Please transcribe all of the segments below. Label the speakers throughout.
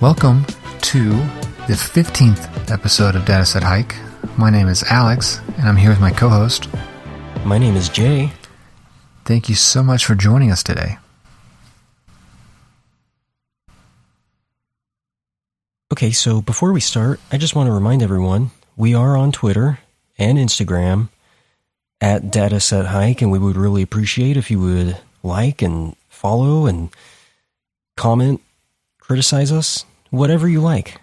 Speaker 1: Welcome to the 15th episode of Dataset Hike. My name is Alex, and I'm here with my co host.
Speaker 2: My name is Jay.
Speaker 1: Thank you so much for joining us today.
Speaker 2: Okay, so before we start, I just want to remind everyone we are on Twitter and Instagram at Dataset Hike, and we would really appreciate if you would like and follow and comment, criticize us, whatever you like.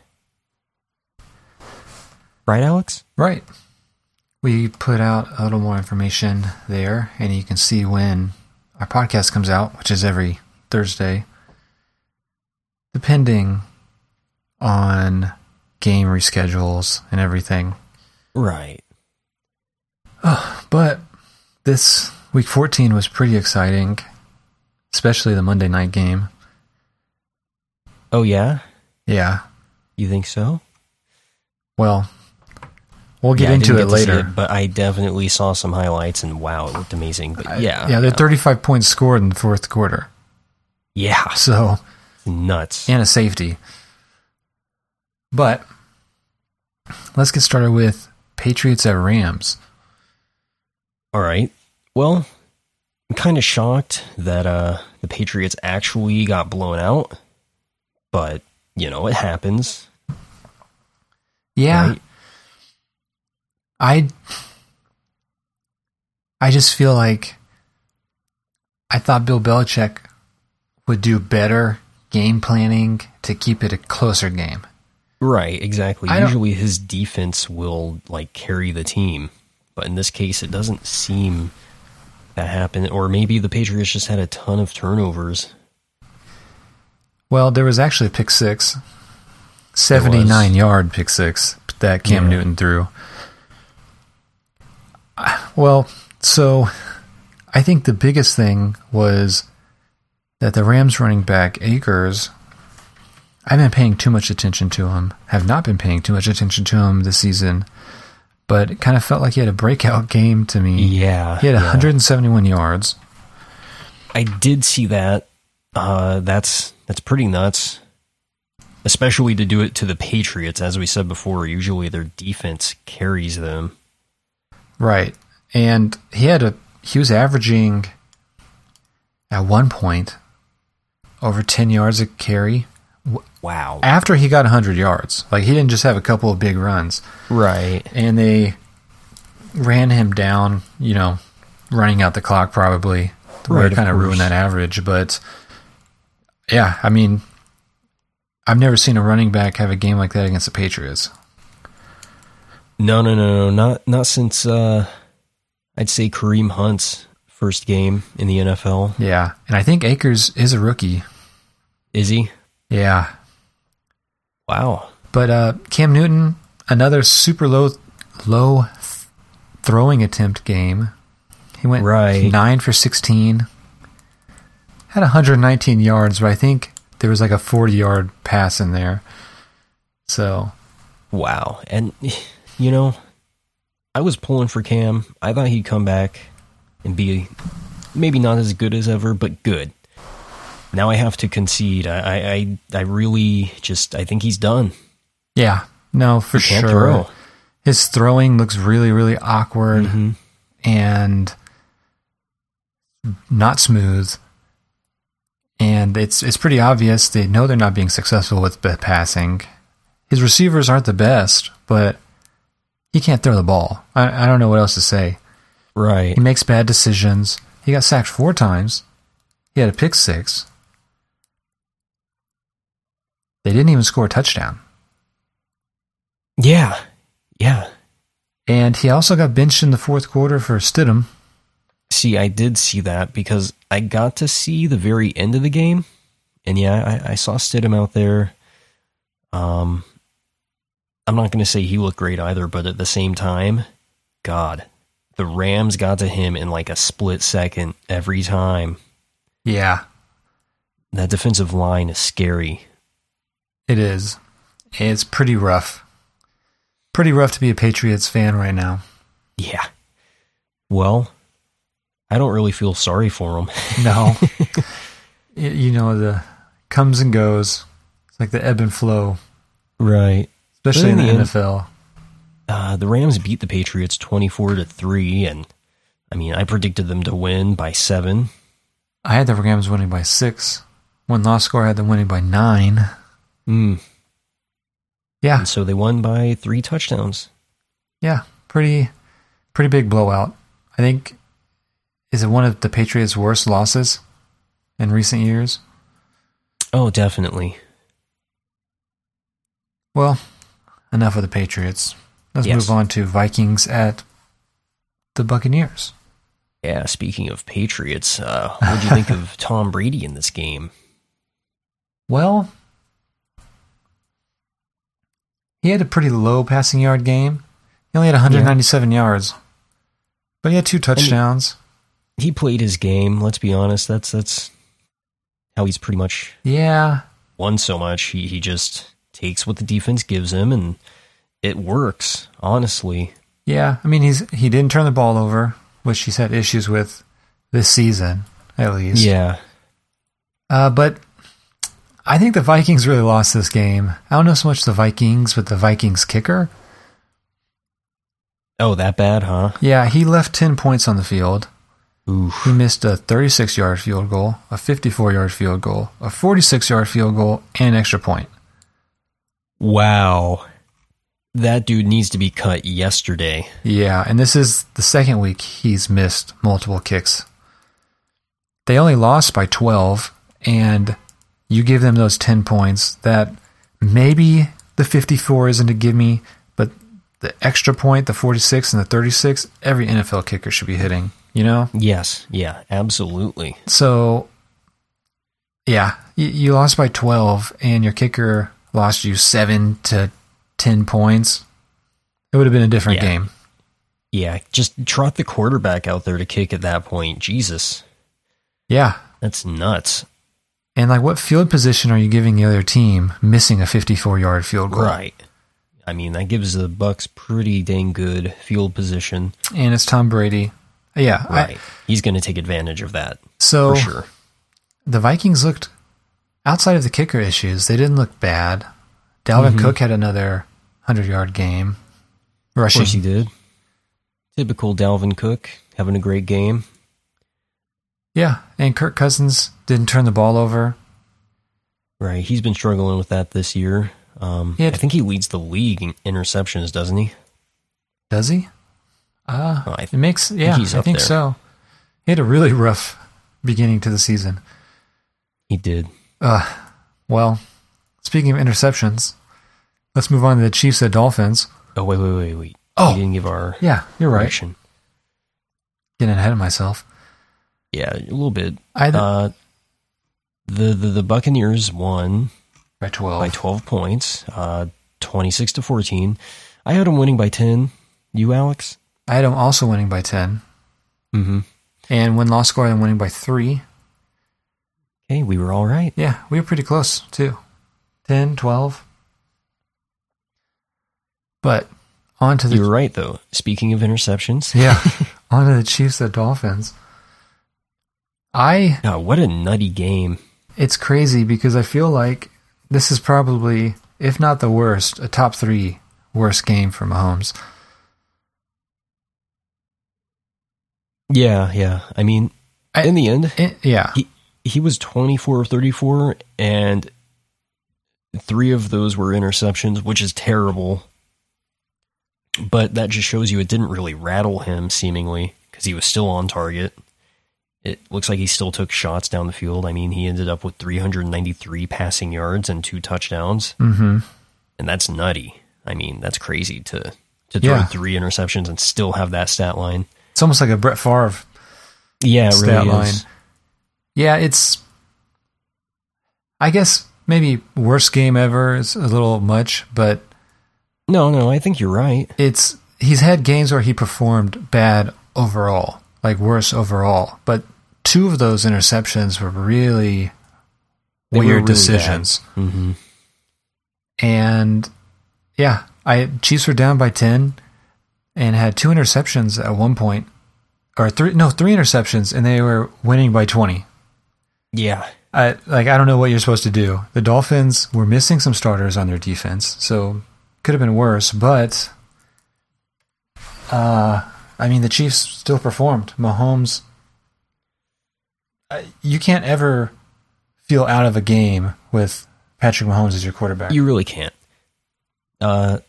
Speaker 2: Right, Alex?
Speaker 1: Right. We put out a little more information there, and you can see when our podcast comes out, which is every Thursday, depending on game reschedules and everything.
Speaker 2: Right.
Speaker 1: But this week 14 was pretty exciting, especially the Monday night game.
Speaker 2: Oh, yeah?
Speaker 1: Yeah.
Speaker 2: You think so?
Speaker 1: Well, we'll get
Speaker 2: Yeah, I
Speaker 1: into
Speaker 2: didn't
Speaker 1: it
Speaker 2: get to see
Speaker 1: later.
Speaker 2: but I definitely saw some highlights, and wow, it looked amazing. But yeah.
Speaker 1: yeah, they're 35 points scored in the fourth quarter.
Speaker 2: yeah,
Speaker 1: So,
Speaker 2: nuts.
Speaker 1: and a safety. But let's get started with Patriots at Rams.
Speaker 2: All right. Well, I'm kind of shocked that uh, the Patriots actually got blown out, but you know it happens.
Speaker 1: Yeah.
Speaker 2: right?
Speaker 1: I I just feel like I thought Bill Belichick would do better game planning to keep it a closer game.
Speaker 2: Right. Exactly.
Speaker 1: I don't-
Speaker 2: Usually his defense will like carry the team, but in this case, it doesn't seem that happened. Or maybe the Patriots just had a ton of turnovers.
Speaker 1: Well, there was actually a pick six, 79 yard pick six that Cam
Speaker 2: Yeah.
Speaker 1: Newton threw. Well, so I think the biggest thing was that the Rams running back Akers, I've been paying too much attention to him, have not been paying too much attention to him this season, but it kind of felt like he had a breakout game to me.
Speaker 2: Yeah.
Speaker 1: He had
Speaker 2: yeah.
Speaker 1: 171 yards.
Speaker 2: I did see that. Uh, that's that's pretty nuts, especially to do it to the Patriots. As we said before, usually their defense carries them.
Speaker 1: Right. And he had a he was averaging at one point over 10 yards a carry
Speaker 2: Wow.
Speaker 1: after he got 100 yards. Like he didn't just have a couple of big runs
Speaker 2: Right.
Speaker 1: and they ran him down, you know, running out the clock probably.
Speaker 2: Right,
Speaker 1: Right,
Speaker 2: of
Speaker 1: kind of
Speaker 2: course.
Speaker 1: ruined that average, but yeah, I mean I've never seen a running back have a game like that against the Patriots.
Speaker 2: No, no, no, no. Not not since uh, I'd say Kareem Hunt's first game in the NFL.
Speaker 1: Yeah. And I think Akers is a rookie.
Speaker 2: Is he?
Speaker 1: Yeah.
Speaker 2: Wow.
Speaker 1: But uh, Cam Newton, another super low, low th- throwing attempt game. He went
Speaker 2: Right.
Speaker 1: nine for sixteen. Had 119 yards, but I think there was like a 40 yard pass in there. So
Speaker 2: Wow. And you know, I was pulling for Cam. I thought he'd come back and be maybe not as good as ever, but good. Now I have to concede. I I I, I really just I think he's done.
Speaker 1: yeah, no, for
Speaker 2: He
Speaker 1: sure.
Speaker 2: can't throw.
Speaker 1: His throwing looks really, really awkward and not smooth. And it's it's pretty obvious they know they're not being successful with the passing. His receivers aren't the best, but he can't throw the ball. I, I don't know what else to say.
Speaker 2: Right.
Speaker 1: He makes bad decisions. He got sacked four times. He had a pick six. They didn't even score a touchdown.
Speaker 2: Yeah. Yeah.
Speaker 1: And he also got benched in the fourth quarter for Stidham.
Speaker 2: See, I did see that because I got to see the very end of the game, and yeah, I, I saw Stidham out there. Um, I'm not going to say he looked great either, but at the same time, God, the Rams got to him in like a split second every time.
Speaker 1: Yeah.
Speaker 2: That defensive line is scary.
Speaker 1: It is. It's pretty rough. Pretty rough to be a Patriots fan right now.
Speaker 2: Yeah. Well, I don't really feel sorry for him.
Speaker 1: No. Y- you know, the comes and goes. It's like the ebb and flow,
Speaker 2: Right.
Speaker 1: especially in
Speaker 2: in
Speaker 1: the
Speaker 2: the end-
Speaker 1: NFL.
Speaker 2: Uh, the Rams beat the Patriots 24 to 3 and I mean, I predicted them to win by 7.
Speaker 1: I had the Rams winning by six. One loss score, I had them winning by nine.
Speaker 2: Mm.
Speaker 1: Yeah,
Speaker 2: And so they won by 3 touchdowns.
Speaker 1: yeah, pretty, pretty big blowout. I think is it one of the Patriots' worst losses in recent years.
Speaker 2: Oh, definitely.
Speaker 1: Well, enough of the Patriots. Let's
Speaker 2: Yes.
Speaker 1: move on to Vikings at the Buccaneers.
Speaker 2: Yeah, speaking of Patriots, uh, what do you think of Tom Brady in this game?
Speaker 1: Well, he had a pretty low passing yard game. He only had 197 yards, but he had two touchdowns.
Speaker 2: He played his game, let's be honest. That's that's how he's pretty much
Speaker 1: yeah,
Speaker 2: won so much. He he just takes what the defense gives him, and it works. Honestly,
Speaker 1: yeah. I mean, he's he didn't turn the ball over, which he's had issues with this season, at least.
Speaker 2: yeah,
Speaker 1: Uh, but I think the Vikings really lost this game. I don't know so much the Vikings, but the Vikings kicker.
Speaker 2: Oh, that bad, huh?
Speaker 1: Yeah, he left 10 points on the field.
Speaker 2: Oof.
Speaker 1: He missed a 36 yard field goal, a 54 yard field goal, a 46 yard field goal, and an extra point.
Speaker 2: Wow. That dude needs to be cut yesterday.
Speaker 1: Yeah, and this is the second week he's missed multiple kicks. They only lost by 12, and you give them those 10 points that maybe the 54 isn't a gimme, but the extra point, the 46 and the 36, every NFL kicker should be hitting, you know?
Speaker 2: Yes, yeah, absolutely.
Speaker 1: So, yeah, you, you lost by 12, and your kicker lost you seven to 10 points. It would have been a different
Speaker 2: Yeah.
Speaker 1: game.
Speaker 2: Yeah, just trot the quarterback out there to kick at that point. Jesus,
Speaker 1: Yeah.
Speaker 2: that's nuts.
Speaker 1: And like, what field position are you giving the other team missing a 54 yard field goal?
Speaker 2: Right. I mean, that gives the Bucks pretty dang good field position.
Speaker 1: And it's Tom Brady. Yeah. I- Oh.
Speaker 2: Right. He's going to take advantage of that
Speaker 1: so
Speaker 2: for sure.
Speaker 1: the Vikings looked outside of the kicker issues. They didn't look bad. Dalvin
Speaker 2: Mm-hmm.
Speaker 1: Cook had another 100 yard game
Speaker 2: Of course he
Speaker 1: rushing.
Speaker 2: did. Typical Dalvin Cook having a great game.
Speaker 1: Yeah. And Kirk Cousins didn't turn the ball over.
Speaker 2: Right, he's been struggling with that this year. Um,
Speaker 1: He had-
Speaker 2: I think he leads the league in interceptions, doesn't he?
Speaker 1: Does he? Ah,
Speaker 2: Oh, I th-
Speaker 1: it makes yeah.
Speaker 2: he's
Speaker 1: I
Speaker 2: up
Speaker 1: think
Speaker 2: there.
Speaker 1: so. He had a really rough beginning to the season.
Speaker 2: He did.
Speaker 1: Uh, well, speaking of interceptions, let's move on to the Chiefs at Dolphins.
Speaker 2: Oh wait, wait, wait, wait.
Speaker 1: Oh.
Speaker 2: we didn't give our
Speaker 1: Yeah, you're right.
Speaker 2: prediction.
Speaker 1: Getting ahead of myself.
Speaker 2: Yeah, a little bit.
Speaker 1: I had
Speaker 2: Uh, the, the the Buccaneers won
Speaker 1: by twelve.
Speaker 2: by twelve points, uh, twenty six to fourteen. I had them winning by ten. You, Alex?
Speaker 1: I had them also winning by ten,
Speaker 2: Mm-hmm.
Speaker 1: and win loss score. I'm winning by three.
Speaker 2: Okay, we were all right.
Speaker 1: Yeah, we were pretty close too. 10, 12. But on to the
Speaker 2: You were right though. Speaking of interceptions,
Speaker 1: yeah, on to the Chiefs at Dolphins. I
Speaker 2: God, what a nutty game.
Speaker 1: it's crazy because I feel like this is probably, if not the worst, a top three worst game for Mahomes.
Speaker 2: Yeah, yeah. I mean,
Speaker 1: I-
Speaker 2: in the end,
Speaker 1: It, yeah,
Speaker 2: he he was 24 of 34 and three of those were interceptions which is terrible but that just shows you it didn't really rattle him seemingly because he was still on target it looks like he still took shots down the field i mean he ended up with 393 passing yards and two touchdowns
Speaker 1: hmm
Speaker 2: and that's nutty i mean that's crazy to to throw
Speaker 1: Yeah.
Speaker 2: three interceptions and still have that stat line
Speaker 1: it's almost like a Brett Favre.
Speaker 2: yeah it
Speaker 1: Stat
Speaker 2: really
Speaker 1: line.
Speaker 2: is
Speaker 1: Yeah, it's. I guess maybe worst game ever is a little much, but
Speaker 2: no no i think you're right
Speaker 1: it's he's had games where he performed bad overall, like worse overall. But two of those interceptions were really
Speaker 2: They were
Speaker 1: weird
Speaker 2: really bad.
Speaker 1: decisions.
Speaker 2: mm-hmm.
Speaker 1: and yeah, I Chiefs were down by ten and had two interceptions at one point, or three no three interceptions, and they were winning by twenty.
Speaker 2: yeah
Speaker 1: I like I don't know what you're supposed to do. The Dolphins were missing some starters on their defense, so could have been worse. But uh, I mean, the Chiefs still performed. Mahomes, I- you can't ever feel out of a game with Patrick Mahomes as your quarterback.
Speaker 2: You really can't. Uh,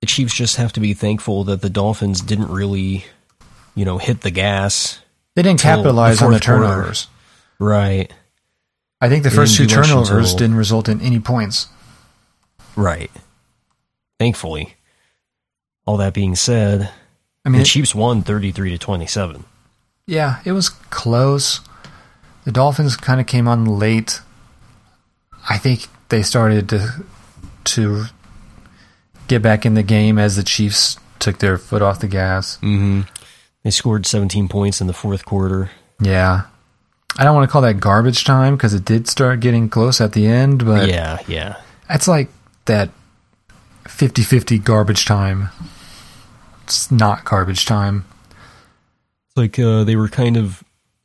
Speaker 2: the Chiefs just have to be thankful that the Dolphins didn't really, you know, hit the gas.
Speaker 1: they didn't
Speaker 2: till the
Speaker 1: capitalize on the
Speaker 2: fourth quarter.
Speaker 1: turnovers.
Speaker 2: Right.
Speaker 1: I think the
Speaker 2: They
Speaker 1: first two
Speaker 2: didn't do much
Speaker 1: turnovers
Speaker 2: until-
Speaker 1: didn't result in any points.
Speaker 2: Right. Thankfully. All that being said,
Speaker 1: I mean,
Speaker 2: the
Speaker 1: it-
Speaker 2: Chiefs won 33 to 27.
Speaker 1: Yeah, it was close. The Dolphins kind of came on late. I think they started to to get back in the game as the Chiefs took their foot off the gas.
Speaker 2: Mm-hmm. They scored 17 points in the fourth quarter.
Speaker 1: Yeah. I don't want to call that garbage time because it did start getting close at the end, but
Speaker 2: yeah, yeah.
Speaker 1: that's like that 50 50 garbage time. It's not garbage time.
Speaker 2: It's like uh, they were kind of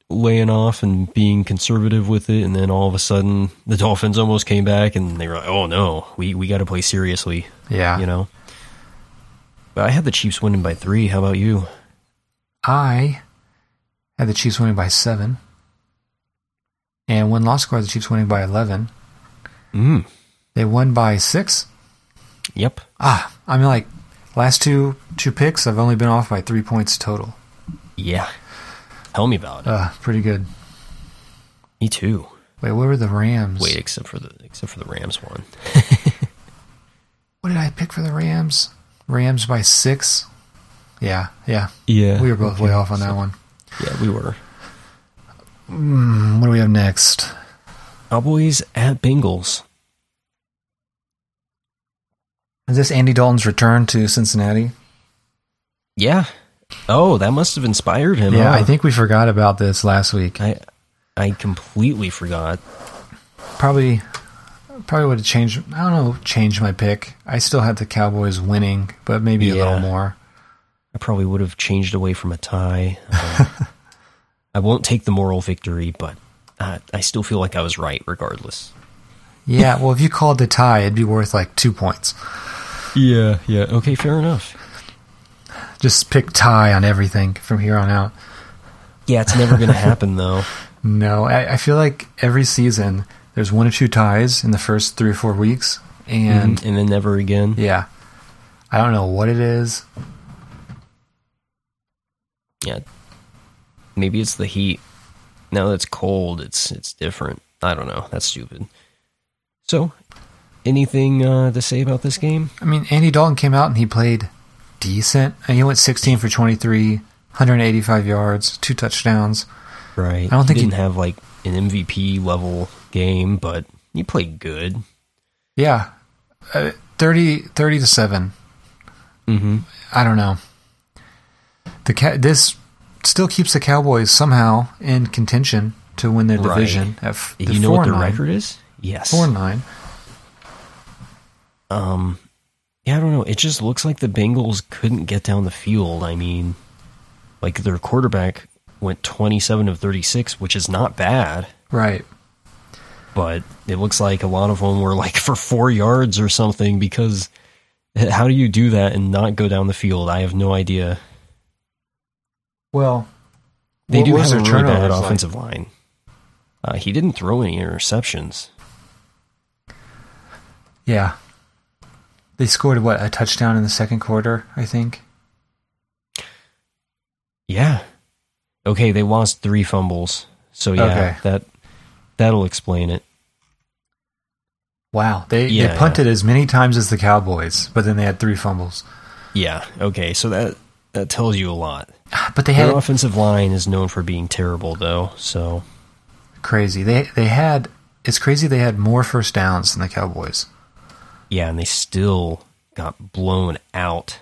Speaker 2: laying off and being conservative with it, and then all of a sudden the Dolphins almost came back, and they were like, "Oh no, we we got to play seriously,"
Speaker 1: Yeah.
Speaker 2: you know. But I had the Chiefs winning by three. How about you?
Speaker 1: I had the Chiefs winning by seven, and one loss score, the Chiefs winning by eleven.
Speaker 2: Mm.
Speaker 1: They won by six.
Speaker 2: Yep.
Speaker 1: Ah, I mean, like last two two picks, I've only been off by three points total.
Speaker 2: Yeah. Tell me about it.
Speaker 1: Uh, pretty good.
Speaker 2: Me too.
Speaker 1: Wait, where were the Rams?
Speaker 2: Wait, except for the except for the Rams one.
Speaker 1: what did I pick for the Rams? Rams by six. Yeah, yeah,
Speaker 2: Yeah,
Speaker 1: we were both way off on that one.
Speaker 2: Yeah, we were.
Speaker 1: Mm, What do we have next?
Speaker 2: Cowboys at Bengals.
Speaker 1: Is this Andy Dalton's return to Cincinnati?
Speaker 2: Yeah. Oh, that must have inspired him.
Speaker 1: Yeah,
Speaker 2: huh?
Speaker 1: I think we forgot about this last week.
Speaker 2: I I completely forgot.
Speaker 1: probably probably would have changed I don't know, changed my pick. I still had the Cowboys winning, but maybe a
Speaker 2: Yeah.
Speaker 1: little more.
Speaker 2: I probably would have changed away from a tie. Uh, I won't take the moral victory, but uh, I still feel like I was right regardless.
Speaker 1: Yeah, well if you called the tie, it'd be worth like two points.
Speaker 2: Yeah, yeah. Okay, fair enough.
Speaker 1: Just pick tie on everything from here on out.
Speaker 2: Yeah, it's never going to happen though.
Speaker 1: No, I, I feel like every season there's one or two ties in the first three or four weeks and
Speaker 2: And, and then never again. Yeah.
Speaker 1: yeah. I don't know what it is.
Speaker 2: Maybe it's the heat. Now that it's cold, it's it's different. I don't know. That's stupid. So, anything uh, to say about this game?
Speaker 1: I mean, Andy Dalton came out and he played decent. And he went 16 for 23, 185 yards, two touchdowns.
Speaker 2: Right.
Speaker 1: I don't think
Speaker 2: he
Speaker 1: he-
Speaker 2: didn't have like an MVP level game, but he played good.
Speaker 1: Yeah. Uh, 30, 30 to 7.
Speaker 2: Mm-hmm.
Speaker 1: I don't know. The ca- this still keeps the Cowboys somehow in contention to win their
Speaker 2: Right.
Speaker 1: division at f-
Speaker 2: You know what
Speaker 1: four
Speaker 2: the
Speaker 1: and nine.
Speaker 2: record is? Yes.
Speaker 1: 4 and 9.
Speaker 2: Um, yeah, I don't know. It just looks like the Bengals couldn't get down the field. I mean, like their quarterback went 27 of 36, which is not bad,
Speaker 1: Right.
Speaker 2: but it looks like a lot of them were like for four yards or something because how do you do that and not go down the field? I have no idea.
Speaker 1: Well,
Speaker 2: They
Speaker 1: what
Speaker 2: do
Speaker 1: was
Speaker 2: have a
Speaker 1: their
Speaker 2: really bad
Speaker 1: turnovers like?
Speaker 2: offensive line. Uh, he didn't throw any interceptions.
Speaker 1: yeah. They scored what a touchdown in the second quarter, I think.
Speaker 2: Yeah. Okay, they lost three fumbles. So yeah,
Speaker 1: Okay.
Speaker 2: that that'll explain it.
Speaker 1: Wow, they
Speaker 2: Yeah,
Speaker 1: they punted as many times as the Cowboys, but then they had three fumbles.
Speaker 2: Yeah. Okay. So that that tells you a lot.
Speaker 1: But they
Speaker 2: Their
Speaker 1: had
Speaker 2: offensive line is known for being terrible, though. So
Speaker 1: crazy. They they had it's crazy. They had more first downs than the Cowboys.
Speaker 2: yeah, and they still got blown out.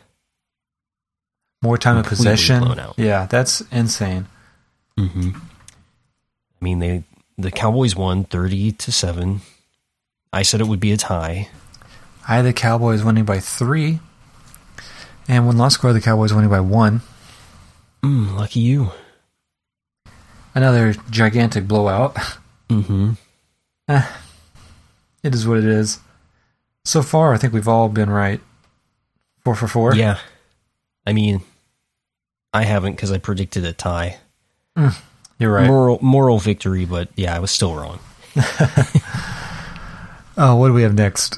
Speaker 1: more time of
Speaker 2: Completely
Speaker 1: possession.
Speaker 2: blown out.
Speaker 1: Yeah, that's insane.
Speaker 2: Mm-hmm. I mean, they the Cowboys won thirty to seven. I said it would be a tie.
Speaker 1: I had the Cowboys winning by three, and one loss score, the Cowboys winning by one.
Speaker 2: Mm, lucky you.
Speaker 1: Another gigantic blowout.
Speaker 2: Mm-hmm.
Speaker 1: Eh, it is what it is. So far, I think we've all been right. Four for four.
Speaker 2: Yeah. I mean, I haven't because I predicted a tie.
Speaker 1: you're right.
Speaker 2: Moral, moral victory, but yeah, I was still wrong.
Speaker 1: Oh, what do we have next?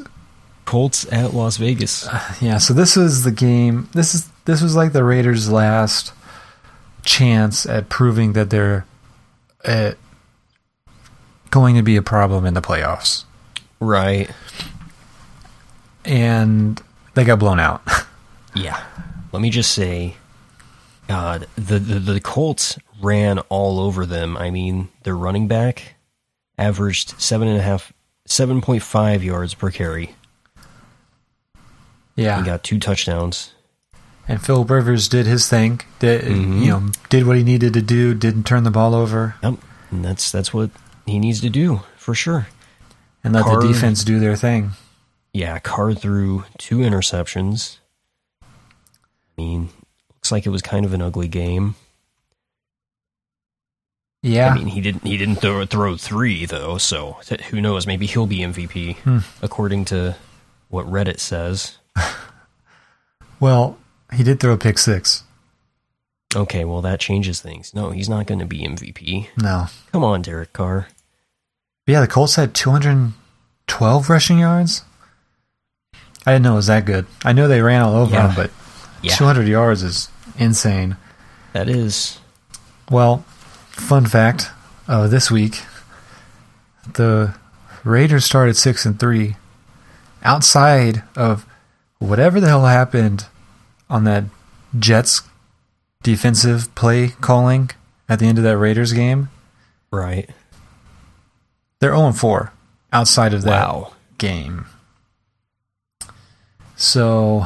Speaker 2: Colts at Las Vegas.
Speaker 1: Yeah, so this is the game. This is this was like the Raiders' last chance at proving that they're uh, going to be a problem in the playoffs,
Speaker 2: Right.
Speaker 1: and they got blown out.
Speaker 2: Yeah. Let me just say, God, the, the, the Colts ran all over them. I mean, their running back averaged seven and a half, 7.5 yards per carry. He
Speaker 1: yeah,
Speaker 2: got two touchdowns.
Speaker 1: and Phil Rivers did his thing. Did
Speaker 2: Mhm.
Speaker 1: you know? Did what he needed to do. Didn't turn the ball over
Speaker 2: Yep. And that's, that's what he needs to do for sure.
Speaker 1: and let
Speaker 2: Carved.
Speaker 1: the defense do their thing.
Speaker 2: Yeah. Carr threw two interceptions. I mean, looks like it was kind of an ugly game.
Speaker 1: Yeah,
Speaker 2: I mean, he didn't. He didn't throw throw three though. So th- who knows? Maybe he'll be MVP
Speaker 1: Hmm.
Speaker 2: according to what Reddit says.
Speaker 1: well, he did throw a pick six.
Speaker 2: Okay, well that changes things. No, he's not going to be MVP.
Speaker 1: No,
Speaker 2: Come on, Derek Carr.
Speaker 1: But yeah, the Colts had 212 rushing yards. I didn't know it was that good. I know they ran all over
Speaker 2: Yeah.
Speaker 1: him, but
Speaker 2: Yeah,
Speaker 1: 200 yards is insane.
Speaker 2: that is
Speaker 1: Well, fun fact: uh, this week, the Raiders started six and three. Outside of whatever the hell happened on that Jets defensive play calling at the end of that Raiders game,
Speaker 2: right.
Speaker 1: they're 0 4 outside of that
Speaker 2: Wow.
Speaker 1: game. So,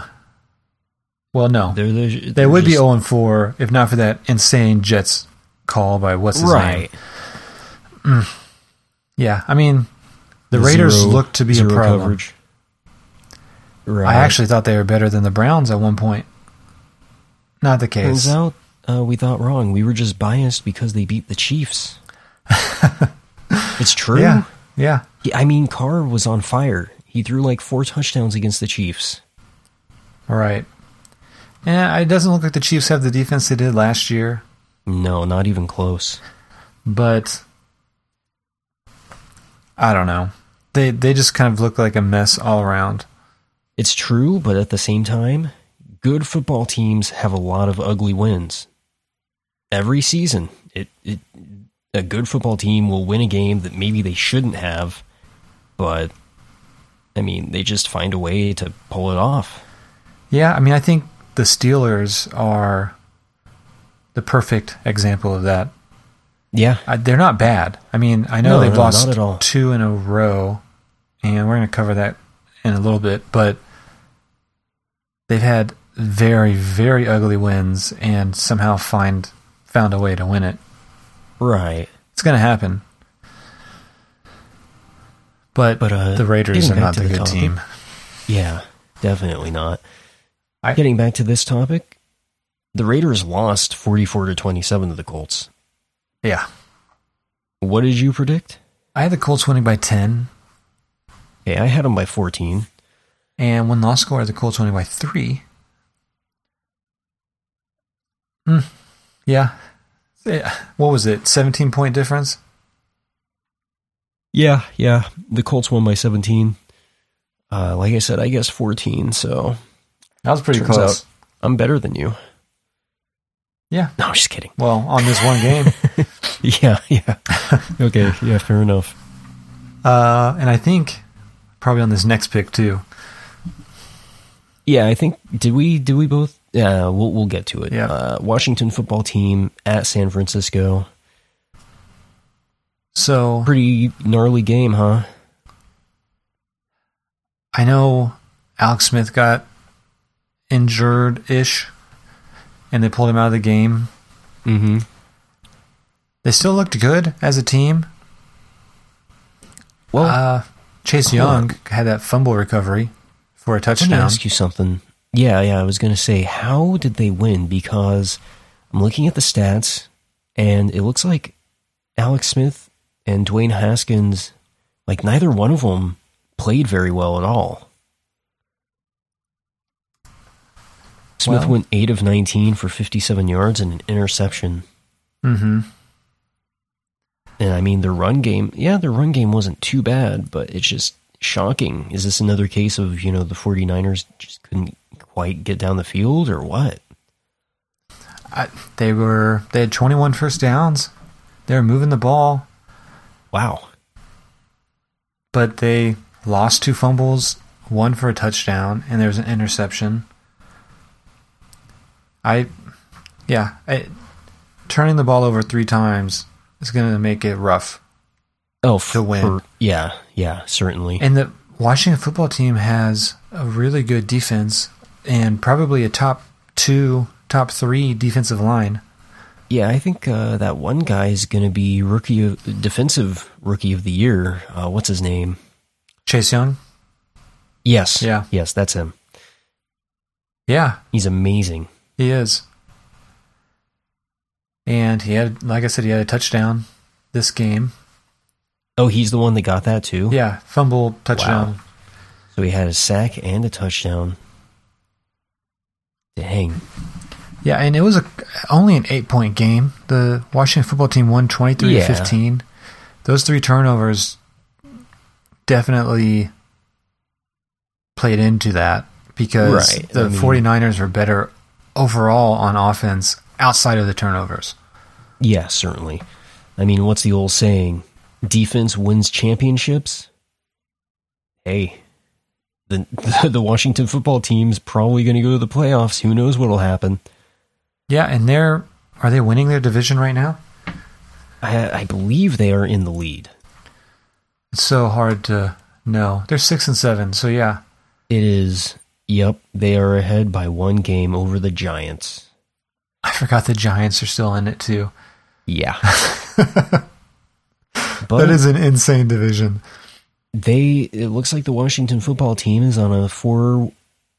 Speaker 1: well, no,
Speaker 2: They're, they're,
Speaker 1: they
Speaker 2: they're
Speaker 1: would be
Speaker 2: just-
Speaker 1: 0 and 4 if not for that insane Jets call by what's his name.
Speaker 2: right.
Speaker 1: Yeah, I mean, the Raiders
Speaker 2: Zero-
Speaker 1: look to be a
Speaker 2: zero
Speaker 1: problem.
Speaker 2: coverage. Right.
Speaker 1: I actually thought they were better than the Browns at one point. Not the
Speaker 2: turns
Speaker 1: case.
Speaker 2: out uh, we thought wrong. We were just biased because they beat the Chiefs. it's true.
Speaker 1: Yeah, yeah,
Speaker 2: Yeah, I mean, Carr was on fire. He threw like four touchdowns against the Chiefs.
Speaker 1: right. Yeah, it doesn't look like the Chiefs have the defense they did last year,
Speaker 2: No, not even close.
Speaker 1: but I don't know. They they just kind of look like a mess all around.
Speaker 2: It's true, but at the same time, good football teams have a lot of ugly wins. Every season, it, it a good football team will win a game that maybe they shouldn't have, but I mean, they just find a way to pull it off.
Speaker 1: Yeah, I mean, I think the Steelers are the perfect example of that.
Speaker 2: Yeah,
Speaker 1: I, they're not bad. I mean, I know
Speaker 2: No,
Speaker 1: they've
Speaker 2: no,
Speaker 1: lost
Speaker 2: not at all.
Speaker 1: two in a row, and we're going to cover that in a little bit, but they've had very, very ugly wins and somehow find found a way to win it.
Speaker 2: right.
Speaker 1: It's going to happen. But,
Speaker 2: But, uh,
Speaker 1: the Raiders
Speaker 2: getting
Speaker 1: are
Speaker 2: back
Speaker 1: not
Speaker 2: to
Speaker 1: the
Speaker 2: the
Speaker 1: good
Speaker 2: topic.
Speaker 1: team.
Speaker 2: Yeah, definitely not.
Speaker 1: I-
Speaker 2: Getting back to this topic, the Raiders lost 44 to 27 to the Colts.
Speaker 1: Yeah.
Speaker 2: What did you predict?
Speaker 1: I had the Colts winning by 10,
Speaker 2: Okay, I had them by 14.
Speaker 1: and when lost score, the Colts winning by 3. Hmm. Yeah. Yeah. What was it? 17 point difference?
Speaker 2: Yeah, yeah. The Colts won by 17. Uh, like I said, I guess 14, so
Speaker 1: That was pretty
Speaker 2: Turns
Speaker 1: close.
Speaker 2: out- I'm better than you.
Speaker 1: Yeah.
Speaker 2: No, I'm just kidding.
Speaker 1: Well, on this one game.
Speaker 2: Yeah, yeah. okay, yeah, fair enough.
Speaker 1: uh, and I think probably on this next pick, too.
Speaker 2: Yeah, I think did we did we both? Yeah, we'll we'll get to it.
Speaker 1: Yeah.
Speaker 2: Uh, Washington football team at San Francisco.
Speaker 1: So
Speaker 2: Pretty gnarly game, huh?
Speaker 1: I know Alex Smith got injured ish, and they pulled him out of the game.
Speaker 2: Mm-hmm.
Speaker 1: They still looked good as a team.
Speaker 2: Well,
Speaker 1: Uh, Chase
Speaker 2: Hold on.
Speaker 1: Young had that fumble recovery for a
Speaker 2: Let me
Speaker 1: touchdown.
Speaker 2: ask you something. Yeah, yeah, I was going to say, how did they win? Because I'm looking at the stats, and it looks like Alex Smith and Dwayne Haskins Like neither one of them played very well at all. Smith
Speaker 1: Well-
Speaker 2: went 8 of 19 for 57 yards and an interception.
Speaker 1: Mm-hmm.
Speaker 2: And I mean, their run game, yeah, their run game wasn't too bad, but it's just shocking. Is this another case of, you know, the 49ers just couldn't quite get down the field or what?
Speaker 1: I, they were they had 21 first downs. They were moving the ball,
Speaker 2: Wow.
Speaker 1: but they lost two fumbles, one for a touchdown, and there was an interception. I, yeah, I, turning the ball over three times is going to make it rough.
Speaker 2: Oh, f-
Speaker 1: To win.
Speaker 2: for- yeah, yeah, certainly.
Speaker 1: And the Washington football team has a really good defense and probably a top two, top three defensive line.
Speaker 2: yeah, I think uh, that one guy is going to be rookie of, defensive rookie of the year. Uh, what's his name?
Speaker 1: Chase Young,
Speaker 2: Yes.
Speaker 1: Yeah.
Speaker 2: Yes, that's him.
Speaker 1: yeah,
Speaker 2: He's amazing.
Speaker 1: He is. And he had, like I said, he had a touchdown this game.
Speaker 2: Oh, he's the one that got that too.
Speaker 1: Yeah, fumble, touchdown.
Speaker 2: So he had a sack and a touchdown. Dang.
Speaker 1: Yeah, and it was a, only an eight point game. The Washington football team won 23
Speaker 2: Yeah.
Speaker 1: to 15. Those three turnovers definitely played into that because
Speaker 2: Right,
Speaker 1: the
Speaker 2: I mean-
Speaker 1: 49ers were better overall on offense outside of the turnovers.
Speaker 2: Yeah, certainly. I mean, what's the old saying? Defense wins championships. Hey, the the, the Washington football team's probably going to go to the playoffs. Who knows what'll happen?
Speaker 1: Yeah, and they're, are they winning their division right now?
Speaker 2: I, I believe they are in the lead.
Speaker 1: It's so hard to know. They're six and seven, so yeah.
Speaker 2: It is. Yep, they are ahead by one game over the Giants.
Speaker 1: I forgot the Giants are still in it too.
Speaker 2: Yeah, but
Speaker 1: That is an insane division.
Speaker 2: they it looks like the Washington football team is on a four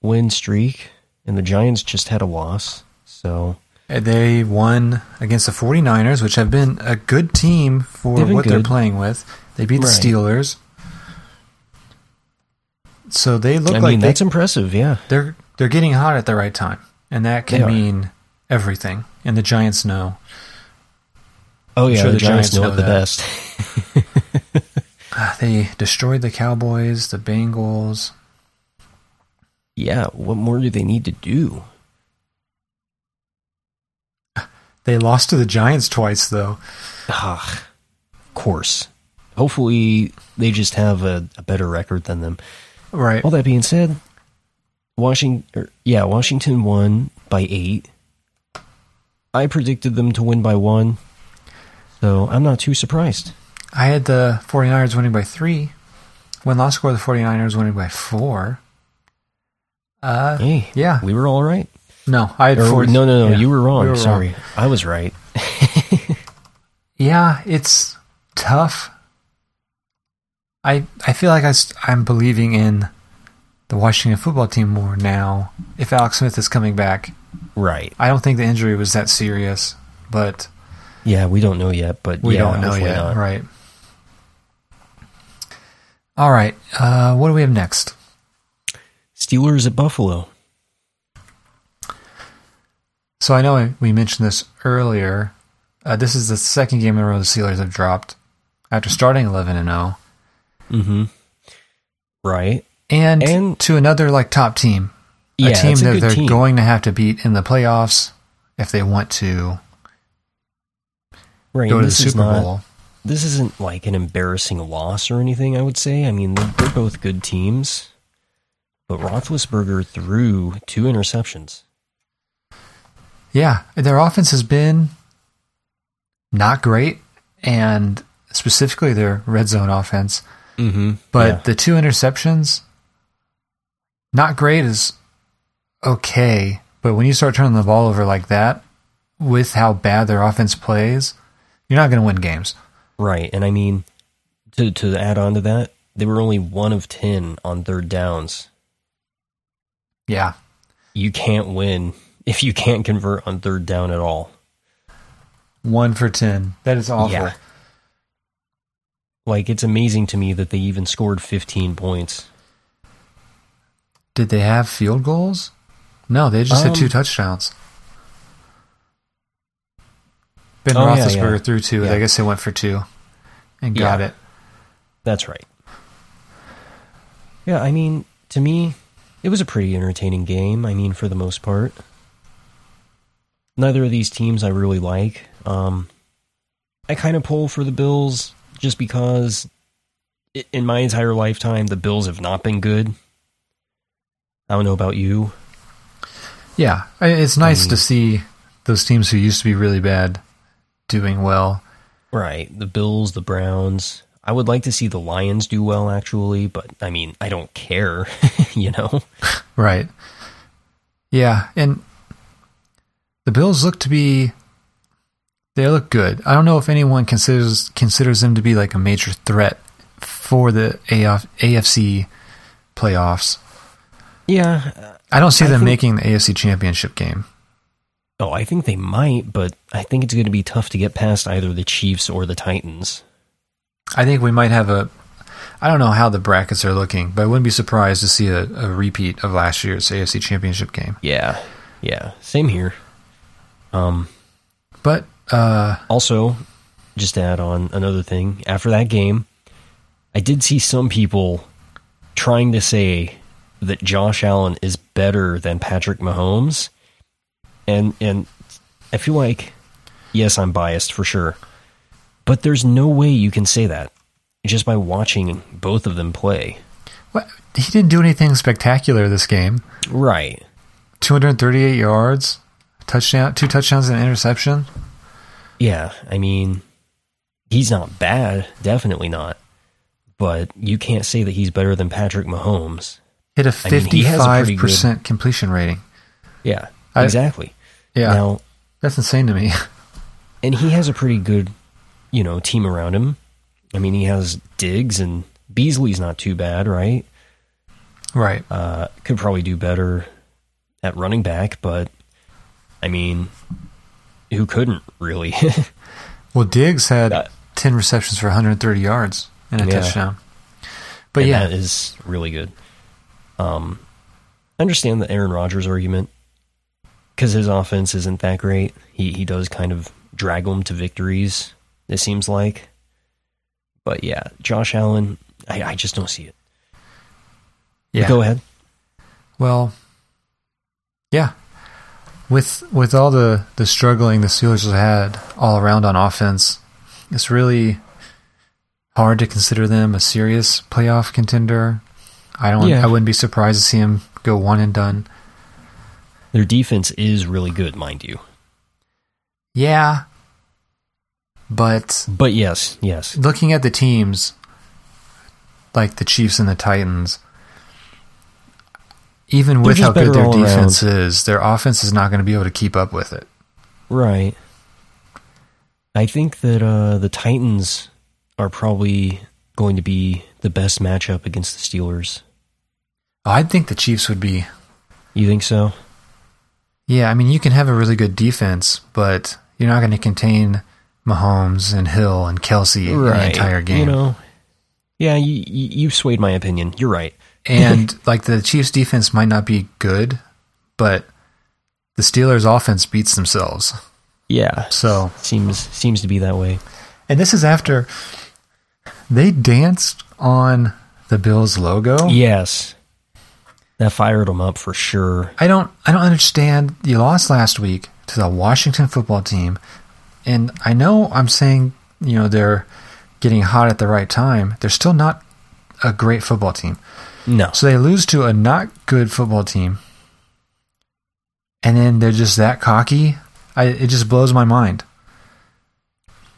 Speaker 2: win streak and the Giants just had a loss. So
Speaker 1: And Uh, They won against the 49ers, which have been a good team for
Speaker 2: They've been
Speaker 1: what they're
Speaker 2: good.
Speaker 1: playing with. They beat the
Speaker 2: Right.
Speaker 1: Steelers. So they look
Speaker 2: I
Speaker 1: like
Speaker 2: mean
Speaker 1: they,
Speaker 2: that's impressive, yeah.
Speaker 1: they're they're getting hot at the right time. And that
Speaker 2: They
Speaker 1: can
Speaker 2: are.
Speaker 1: mean everything. And the Giants know.
Speaker 2: Oh yeah,
Speaker 1: sure
Speaker 2: the,
Speaker 1: the
Speaker 2: Giants,
Speaker 1: Giants
Speaker 2: know
Speaker 1: know
Speaker 2: it the
Speaker 1: that.
Speaker 2: best.
Speaker 1: Ah, They destroyed the Cowboys, the Bengals.
Speaker 2: yeah, what more do they need to do?
Speaker 1: They lost to the Giants twice though.
Speaker 2: Ah, of course. Hopefully they just have a, a better record than them.
Speaker 1: Right.
Speaker 2: All that being said, Washington, er, yeah, Washington won by eight. I predicted them to win by one, so I'm not too surprised.
Speaker 1: I had the 49ers winning by three. When loss score, the 49ers winning by four. Uh,
Speaker 2: Hey,
Speaker 1: Yeah.
Speaker 2: we were all right.
Speaker 1: no, I had
Speaker 2: Or,
Speaker 1: four.
Speaker 2: no, no, no,
Speaker 1: yeah,
Speaker 2: you were wrong.
Speaker 1: we were
Speaker 2: Sorry, I was right.
Speaker 1: Yeah, it's tough. I I feel like I, am believing in the Washington football team more now. If Alex Smith is coming back,
Speaker 2: Right.
Speaker 1: I don't think the injury was that serious, but
Speaker 2: Yeah, we don't know yet, but
Speaker 1: we
Speaker 2: yeah,
Speaker 1: don't know
Speaker 2: hopefully
Speaker 1: yet.
Speaker 2: not.
Speaker 1: Right. All right. Uh, what do we have next?
Speaker 2: Steelers at Buffalo.
Speaker 1: So I know I- we mentioned this earlier. Uh, this is the second game in a row the Steelers have dropped after starting 11 and 0
Speaker 2: Mm-hmm. Right.
Speaker 1: and,
Speaker 2: And-
Speaker 1: to another like top team,
Speaker 2: Yeah,
Speaker 1: a team
Speaker 2: that's a
Speaker 1: that
Speaker 2: good
Speaker 1: they're
Speaker 2: team.
Speaker 1: going to have to beat in the playoffs if they want to
Speaker 2: right.
Speaker 1: go to
Speaker 2: and
Speaker 1: the
Speaker 2: this is
Speaker 1: Super
Speaker 2: not-
Speaker 1: Bowl.
Speaker 2: This isn't like an embarrassing loss or anything. I would say. I mean, they're, they're both good teams, but Roethlisberger threw two interceptions.
Speaker 1: Yeah, their offense has been not great and specifically their red zone offense,
Speaker 2: Mm-hmm.
Speaker 1: but the two interceptions not great is okay, but when you start turning the ball over like that, with how bad their offense plays, you're not going to win games.
Speaker 2: Right, and I mean, to to add on to that, they were only one of ten on third downs.
Speaker 1: Yeah,
Speaker 2: You can't win if you can't convert on third down at all.
Speaker 1: one for ten. That is awful.
Speaker 2: Yeah. Like it's amazing to me that they even scored 15 points.
Speaker 1: Did they have field goals? No, they just
Speaker 2: Um,
Speaker 1: had two touchdowns. Ben
Speaker 2: Oh, yeah,
Speaker 1: Roethlisberger
Speaker 2: yeah.
Speaker 1: threw two.
Speaker 2: Yeah.
Speaker 1: I guess they went for two and got
Speaker 2: Yeah.
Speaker 1: it.
Speaker 2: That's right. Yeah, I mean, to me, it was a pretty entertaining game. I mean, for the most part, neither of these teams I really like. Um, I kind of pull for the Bills just because, i- in my entire lifetime, the Bills have not been good. I don't know about you.
Speaker 1: Yeah, I- it's nice
Speaker 2: Mm.
Speaker 1: to see those teams who used to be really bad doing well.
Speaker 2: Right. The Bills, the Browns. I would like to see the Lions do well, actually, but I mean, I don't care, you know?
Speaker 1: Right. Yeah, and the Bills look to be they look good. I don't know if anyone considers considers them to be like a major threat for the AF, AFC playoffs.
Speaker 2: Yeah.
Speaker 1: I don't see
Speaker 2: I
Speaker 1: them
Speaker 2: think-
Speaker 1: making the AFC championship game.
Speaker 2: Oh, I think they might, but I think it's going to be tough to get past either the Chiefs or the Titans.
Speaker 1: I think we might have a I don't know how the brackets are looking, but I wouldn't be surprised to see a, a repeat of last year's AFC championship game.
Speaker 2: Yeah. Yeah. Same here. Um,
Speaker 1: But uh
Speaker 2: also, just to add on another thing, after that game, I did see some people trying to say that Josh Allen is better than Patrick Mahomes. And and I feel like yes, I'm biased for sure. But there's no way you can say that just by watching both of them play.
Speaker 1: what, he didn't do anything spectacular this game.
Speaker 2: Right.
Speaker 1: 238 yards, touchdown, two touchdowns and an interception.
Speaker 2: Yeah, I mean, he's not bad, definitely not. But you can't say that he's better than Patrick Mahomes.
Speaker 1: Hit a
Speaker 2: I mean, he has a
Speaker 1: 55%
Speaker 2: pretty
Speaker 1: completion rating.
Speaker 2: Yeah,
Speaker 1: I-
Speaker 2: exactly.
Speaker 1: Yeah,
Speaker 2: Now,
Speaker 1: that's insane to me.
Speaker 2: and he has a pretty good, you know, team around him. I mean, he has Diggs and Beasley's not too bad, right?
Speaker 1: right.
Speaker 2: Uh, could probably do better at running back, but I mean, who couldn't really?
Speaker 1: Well, Diggs had
Speaker 2: Uh,
Speaker 1: 10 receptions for 130 yards and a
Speaker 2: Yeah.
Speaker 1: touchdown. But
Speaker 2: and
Speaker 1: yeah,
Speaker 2: that is really good. Um, I understand the Aaron Rodgers argument because his offense isn't that great. He he does kind of drag them to victories. It seems like, but yeah, Josh Allen, I, I just don't see it. But
Speaker 1: yeah.
Speaker 2: Go ahead.
Speaker 1: Well, yeah. With with all the the struggling the Steelers have had all around on offense, it's really hard to consider them a serious playoff contender. I don't.
Speaker 2: Yeah.
Speaker 1: I wouldn't be surprised to see them go one and done.
Speaker 2: Their defense is really good, mind you.
Speaker 1: Yeah, but
Speaker 2: But yes, yes,
Speaker 1: looking at the teams, like the Chiefs and the Titans. Even with
Speaker 2: just
Speaker 1: how good
Speaker 2: better
Speaker 1: their
Speaker 2: all around.
Speaker 1: defense is, their offense is not going to be able to keep up with it.
Speaker 2: right. I think that uh, the Titans are probably going to be the best matchup against the Steelers.
Speaker 1: Oh, I'd think the Chiefs would be.
Speaker 2: You think so?
Speaker 1: Yeah, I mean, you can have a really good defense, but you're not going to contain Mahomes and Hill and Kelsey the entire game.
Speaker 2: You know, yeah, you, you you swayed my opinion. You're right.
Speaker 1: and like the Chiefs' defense might not be good, but the Steelers' offense beats themselves.
Speaker 2: Yeah,
Speaker 1: So,
Speaker 2: seems seems to be that way.
Speaker 1: and this is after they danced on the Bills logo.
Speaker 2: Yes, that fired them up for sure.
Speaker 1: I don't I don't understand. You lost last week to the Washington football team, and I know I'm saying you know they're getting hot at the right time. They're still not a great football team,
Speaker 2: No,
Speaker 1: so they lose to a not good football team, and then they're just that cocky. I, it just blows my mind.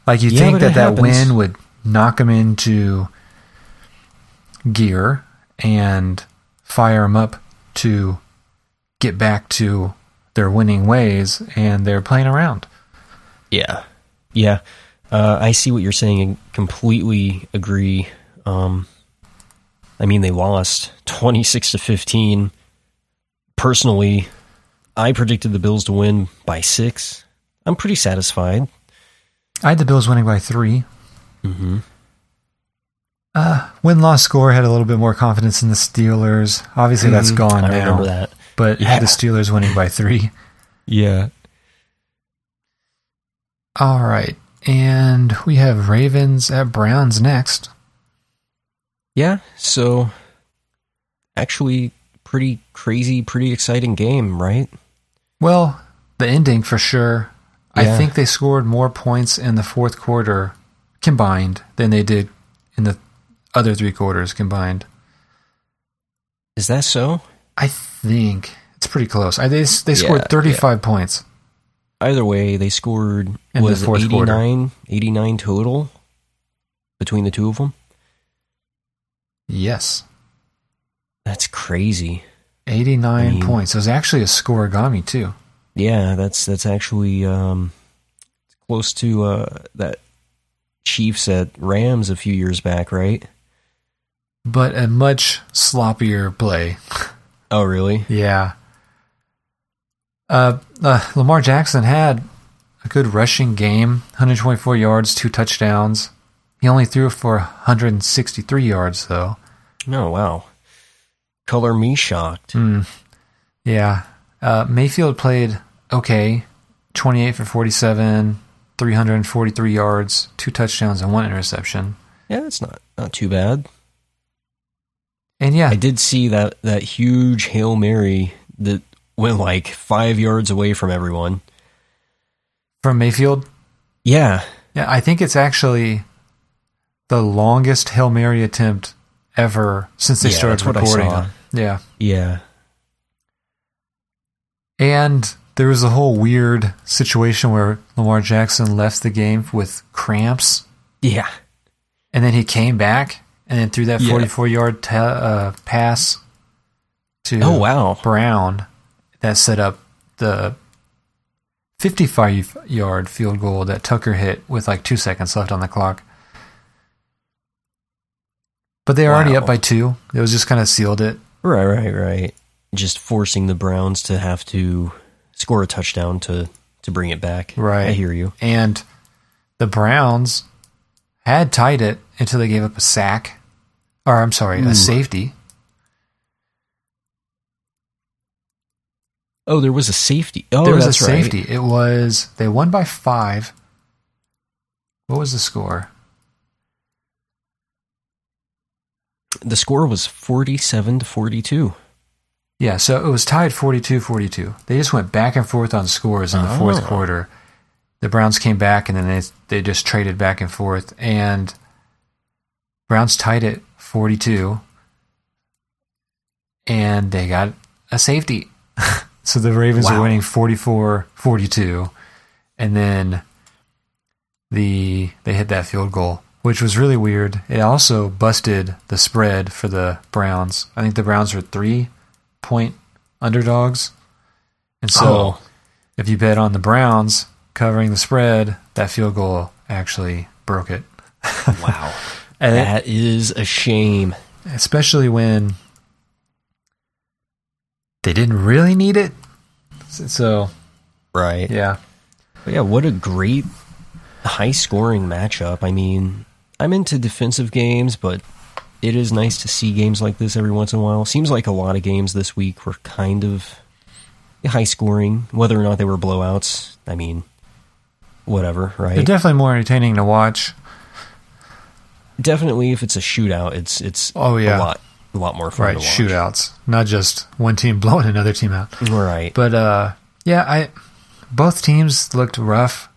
Speaker 1: Like you
Speaker 2: Yeah,
Speaker 1: think
Speaker 2: but
Speaker 1: that
Speaker 2: it
Speaker 1: that
Speaker 2: happens.
Speaker 1: win would knock them into gear and fire them up to get back to their winning ways, and they're playing around.
Speaker 2: yeah, yeah. Uh, I see what you're saying and completely agree. Um, I mean, they lost twenty six to fifteen. Personally, I predicted the Bills to win by six. I'm pretty satisfied.
Speaker 1: I had the Bills winning by three.
Speaker 2: Mm-hmm.
Speaker 1: Uh, win loss score had a little bit more confidence in the Steelers. Obviously, that's
Speaker 2: Mhm.
Speaker 1: gone
Speaker 2: I
Speaker 1: now.
Speaker 2: remember that.
Speaker 1: But had the
Speaker 2: Yeah.
Speaker 1: Steelers winning by three.
Speaker 2: Yeah.
Speaker 1: All right. And we have Ravens at Browns next.
Speaker 2: Yeah. So, actually, pretty crazy, pretty exciting game, right?
Speaker 1: Well, the ending for sure. I
Speaker 2: Yeah.
Speaker 1: think they scored more points in the fourth quarter combined than they did in the other three quarters combined.
Speaker 2: Is that so?
Speaker 1: I think it's pretty close. I, they they
Speaker 2: Yeah,
Speaker 1: scored 35 points.
Speaker 2: Either way, they scored
Speaker 1: In the
Speaker 2: was it
Speaker 1: fourth quarter.
Speaker 2: 89, 89 total between the two of them.
Speaker 1: Yes.
Speaker 2: That's crazy.
Speaker 1: 89
Speaker 2: I mean-
Speaker 1: points. It was actually a scoregami, too.
Speaker 2: Yeah, that's that's actually um, close to uh, that Chiefs at Rams a few years back, right?
Speaker 1: But a much sloppier play.
Speaker 2: Oh, really?
Speaker 1: Yeah. Uh, uh, Lamar Jackson had a good rushing game 124 yards, two touchdowns. He only threw for 163 yards, though.
Speaker 2: No, wow. Color me shocked.
Speaker 1: Hmm. Yeah. Uh, Mayfield played okay 28 for 47, 343 yards, two touchdowns, and one interception.
Speaker 2: Yeah, it's not not too bad.
Speaker 1: And yeah,
Speaker 2: I did see that that huge hail mary that went like five yards away from everyone.
Speaker 1: from Mayfield,
Speaker 2: Yeah,
Speaker 1: Yeah, I think it's actually the longest Hail Mary attempt ever since they
Speaker 2: Yeah,
Speaker 1: started
Speaker 2: that's what I
Speaker 1: recording
Speaker 2: saw.
Speaker 1: them. Yeah.
Speaker 2: yeah,
Speaker 1: And there was a whole weird situation where Lamar Jackson left the game with cramps
Speaker 2: yeah.
Speaker 1: and then he came back and then threw that
Speaker 2: Yeah.
Speaker 1: 44 yard ta uh, pass to
Speaker 2: Oh wow.
Speaker 1: Brown that set up the 55 yard field goal that Tucker hit with like two seconds left on the clock. But they were already
Speaker 2: Wow.
Speaker 1: up by two. It was just kind of sealed it.
Speaker 2: Right, right, right. Just forcing the Browns to have to score a touchdown to to bring it back.
Speaker 1: Right.
Speaker 2: I hear you.
Speaker 1: And the Browns had tied it until they gave up a sack. Or, I'm sorry,
Speaker 2: Ooh.
Speaker 1: a safety.
Speaker 2: Oh, there was a safety. Oh,
Speaker 1: there was a
Speaker 2: that's right.
Speaker 1: safety. It was, they won by five. What was the score?
Speaker 2: The score was forty-seven to forty-two.
Speaker 1: Yeah, so it was tied 42 42. They just went back and forth on scores in the fourth
Speaker 2: Oh.
Speaker 1: quarter. The Browns came back and then they, they just traded back and forth. And Browns tied it 42. And they got a safety. so the Ravens were
Speaker 2: Wow.
Speaker 1: winning 44 42. And then the they hit that field goal, which was really weird. It also busted the spread for the Browns. I think the Browns were three point underdogs, and so
Speaker 2: Oh.
Speaker 1: if you bet on the Browns covering the spread, that field goal actually broke it.
Speaker 2: Wow,
Speaker 1: And it-
Speaker 2: that is a shame.
Speaker 1: especially when they didn't really need it. So
Speaker 2: Right.
Speaker 1: yeah,
Speaker 2: But yeah, what a great high scoring matchup. I mean, I'm into defensive games, but it is nice to see games like this every once in a while. Seems like a lot of games this week were kind of high scoring, whether or not they were blowouts. I mean, whatever,
Speaker 1: they're
Speaker 2: right?
Speaker 1: definitely more entertaining to watch.
Speaker 2: Definitely if it's a shootout, it's it's
Speaker 1: Oh, yeah.
Speaker 2: a lot a lot more fun
Speaker 1: Right,
Speaker 2: to watch.
Speaker 1: shootouts, not just one team blowing another team out.
Speaker 2: Right.
Speaker 1: But uh, yeah, I both teams looked rough.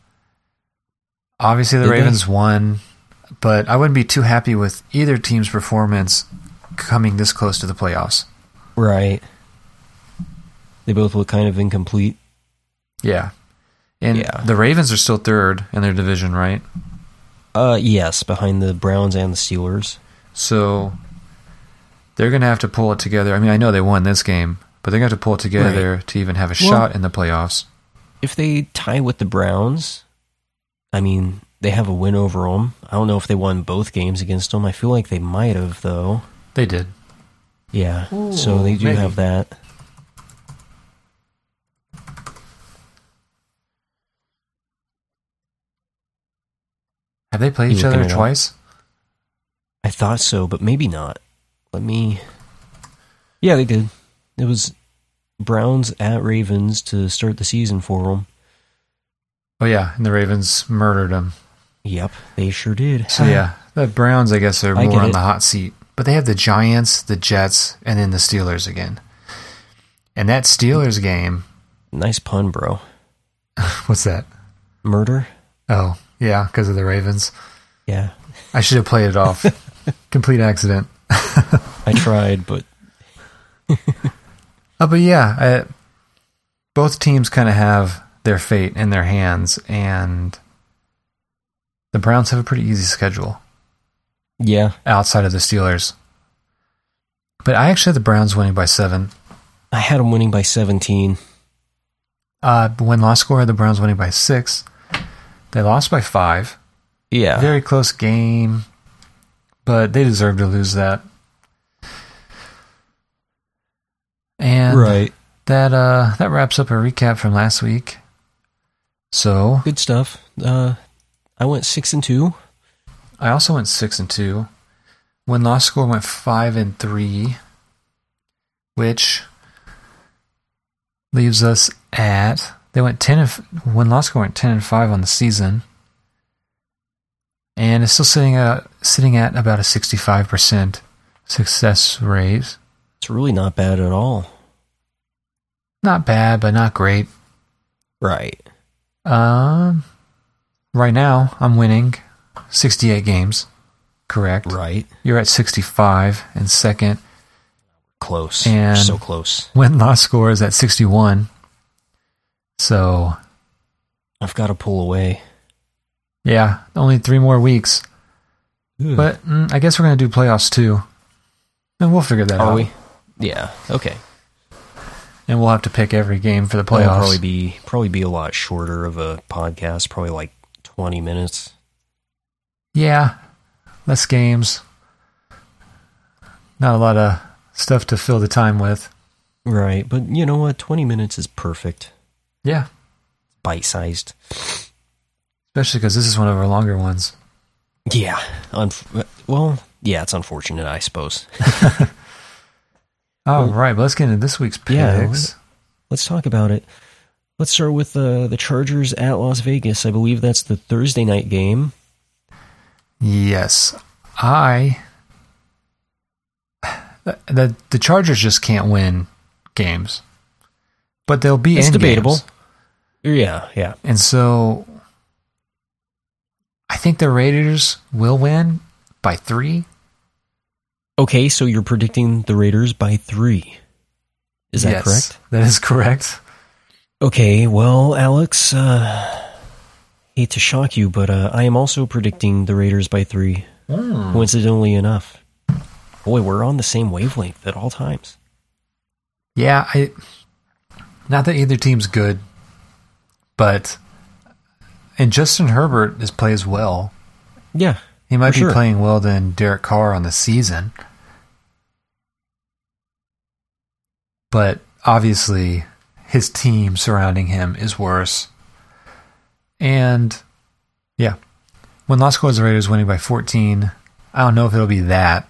Speaker 1: Obviously, the
Speaker 2: Did they?
Speaker 1: Ravens won, but I wouldn't be too happy with either team's performance coming this close to the playoffs.
Speaker 2: Right. They both look kind of incomplete.
Speaker 1: Yeah, and
Speaker 2: Yeah.
Speaker 1: the Ravens are still third in their division, right?
Speaker 2: Uh yes, behind the Browns and the Steelers.
Speaker 1: So they're going to have to pull it together. I mean, I know they won this game, but they're going to have to pull it together to even have a
Speaker 2: Well-
Speaker 1: shot in the playoffs.
Speaker 2: if they tie with the Browns, I mean, they have a win over them. I don't know if they won both games against them. I feel like they might have, though.
Speaker 1: They did.
Speaker 2: Yeah.
Speaker 1: Ooh,
Speaker 2: so they do
Speaker 1: maybe.
Speaker 2: have that.
Speaker 1: Have they played
Speaker 2: You
Speaker 1: each
Speaker 2: looking
Speaker 1: other
Speaker 2: it up?
Speaker 1: twice?
Speaker 2: I thought so, but maybe not. Let me. Yeah, they did. It was Browns at Ravens to start the season for them.
Speaker 1: Oh yeah, and the Ravens murdered him.
Speaker 2: Yep, they sure did.
Speaker 1: So yeah, the Browns, I guess, are
Speaker 2: I
Speaker 1: more
Speaker 2: get
Speaker 1: on
Speaker 2: it.
Speaker 1: the hot seat. But they have the Giants, the Jets, and then the Steelers again. And that Steelers game,
Speaker 2: nice pun, bro.
Speaker 1: what's that?
Speaker 2: Murder.
Speaker 1: Oh yeah, because of the Ravens.
Speaker 2: Yeah,
Speaker 1: I should have played it off. Complete accident.
Speaker 2: I tried, but
Speaker 1: Uh, but yeah, I, both teams kind of have their fate in their hands, and the Browns have a pretty easy schedule
Speaker 2: yeah,
Speaker 1: outside of the Steelers. But I actually had the Browns winning by seven.
Speaker 2: I had them winning by 17.
Speaker 1: Uh, when loss score had the Browns winning by six, they lost by five.
Speaker 2: Yeah,
Speaker 1: Very close game, but they deserved to lose that. And
Speaker 2: right.
Speaker 1: that uh, that wraps up a recap from last week. So
Speaker 2: Good stuff. Uh, I went six and two.
Speaker 1: I also went six and two. Win loss score went five and three, which leaves us at they went ten and f- win loss score went ten and five on the season, and it's still sitting at sitting at about a sixty five percent success rate.
Speaker 2: It's really not bad at all.
Speaker 1: Not bad, but not great.
Speaker 2: Right.
Speaker 1: Um, right now I'm winning sixty eight games. Correct.
Speaker 2: Right.
Speaker 1: You're at sixty five and second.
Speaker 2: Close.
Speaker 1: And-
Speaker 2: so close.
Speaker 1: win loss score is at 61. So,
Speaker 2: I've got to pull away.
Speaker 1: yeah, only three more weeks.
Speaker 2: Hmm.
Speaker 1: But mm, I guess we're going to do playoffs too. And we'll figure that
Speaker 2: are
Speaker 1: out.
Speaker 2: we? Yeah. Okay.
Speaker 1: And we'll have to pick every game for the
Speaker 2: That'll
Speaker 1: playoffs.
Speaker 2: probably be probably be a lot shorter of a podcast. Probably like twenty minutes.
Speaker 1: yeah, less games. Not a lot of stuff to fill the time with.
Speaker 2: Right. But you know what? Twenty minutes is perfect.
Speaker 1: Yeah,
Speaker 2: Bite sized.
Speaker 1: especially because this is one of our longer ones.
Speaker 2: Yeah. Unf- well. Yeah. It's unfortunate, I suppose.
Speaker 1: All right, but let's get into this week's
Speaker 2: Yeah,
Speaker 1: picks.
Speaker 2: Let's talk about it. Let's start with uh, the Chargers at Las Vegas. I believe that's the Thursday night game.
Speaker 1: Yes. I the the Chargers just can't win games. But they'll be
Speaker 2: It's
Speaker 1: in
Speaker 2: debatable.
Speaker 1: games.
Speaker 2: Yeah. Yeah.
Speaker 1: And so I think the Raiders will win by 3.
Speaker 2: Okay. So you're predicting the Raiders by three. Is that
Speaker 1: Yes,
Speaker 2: correct?
Speaker 1: That is correct.
Speaker 2: Okay, well, Alex, uh, hate to shock you, but uh, I am also predicting the Raiders by three. Coincidentally enough, boy, we're on the same wavelength at all times.
Speaker 1: Yeah, I not that either team's good, but and Justin Herbert is plays well.
Speaker 2: Yeah,
Speaker 1: He might be
Speaker 2: For sure.
Speaker 1: playing well than Derek Carr on the season. But obviously, his team surrounding him is worse. And yeah, when Los Coles the Raiders winning by 14, I don't know if it'll be that.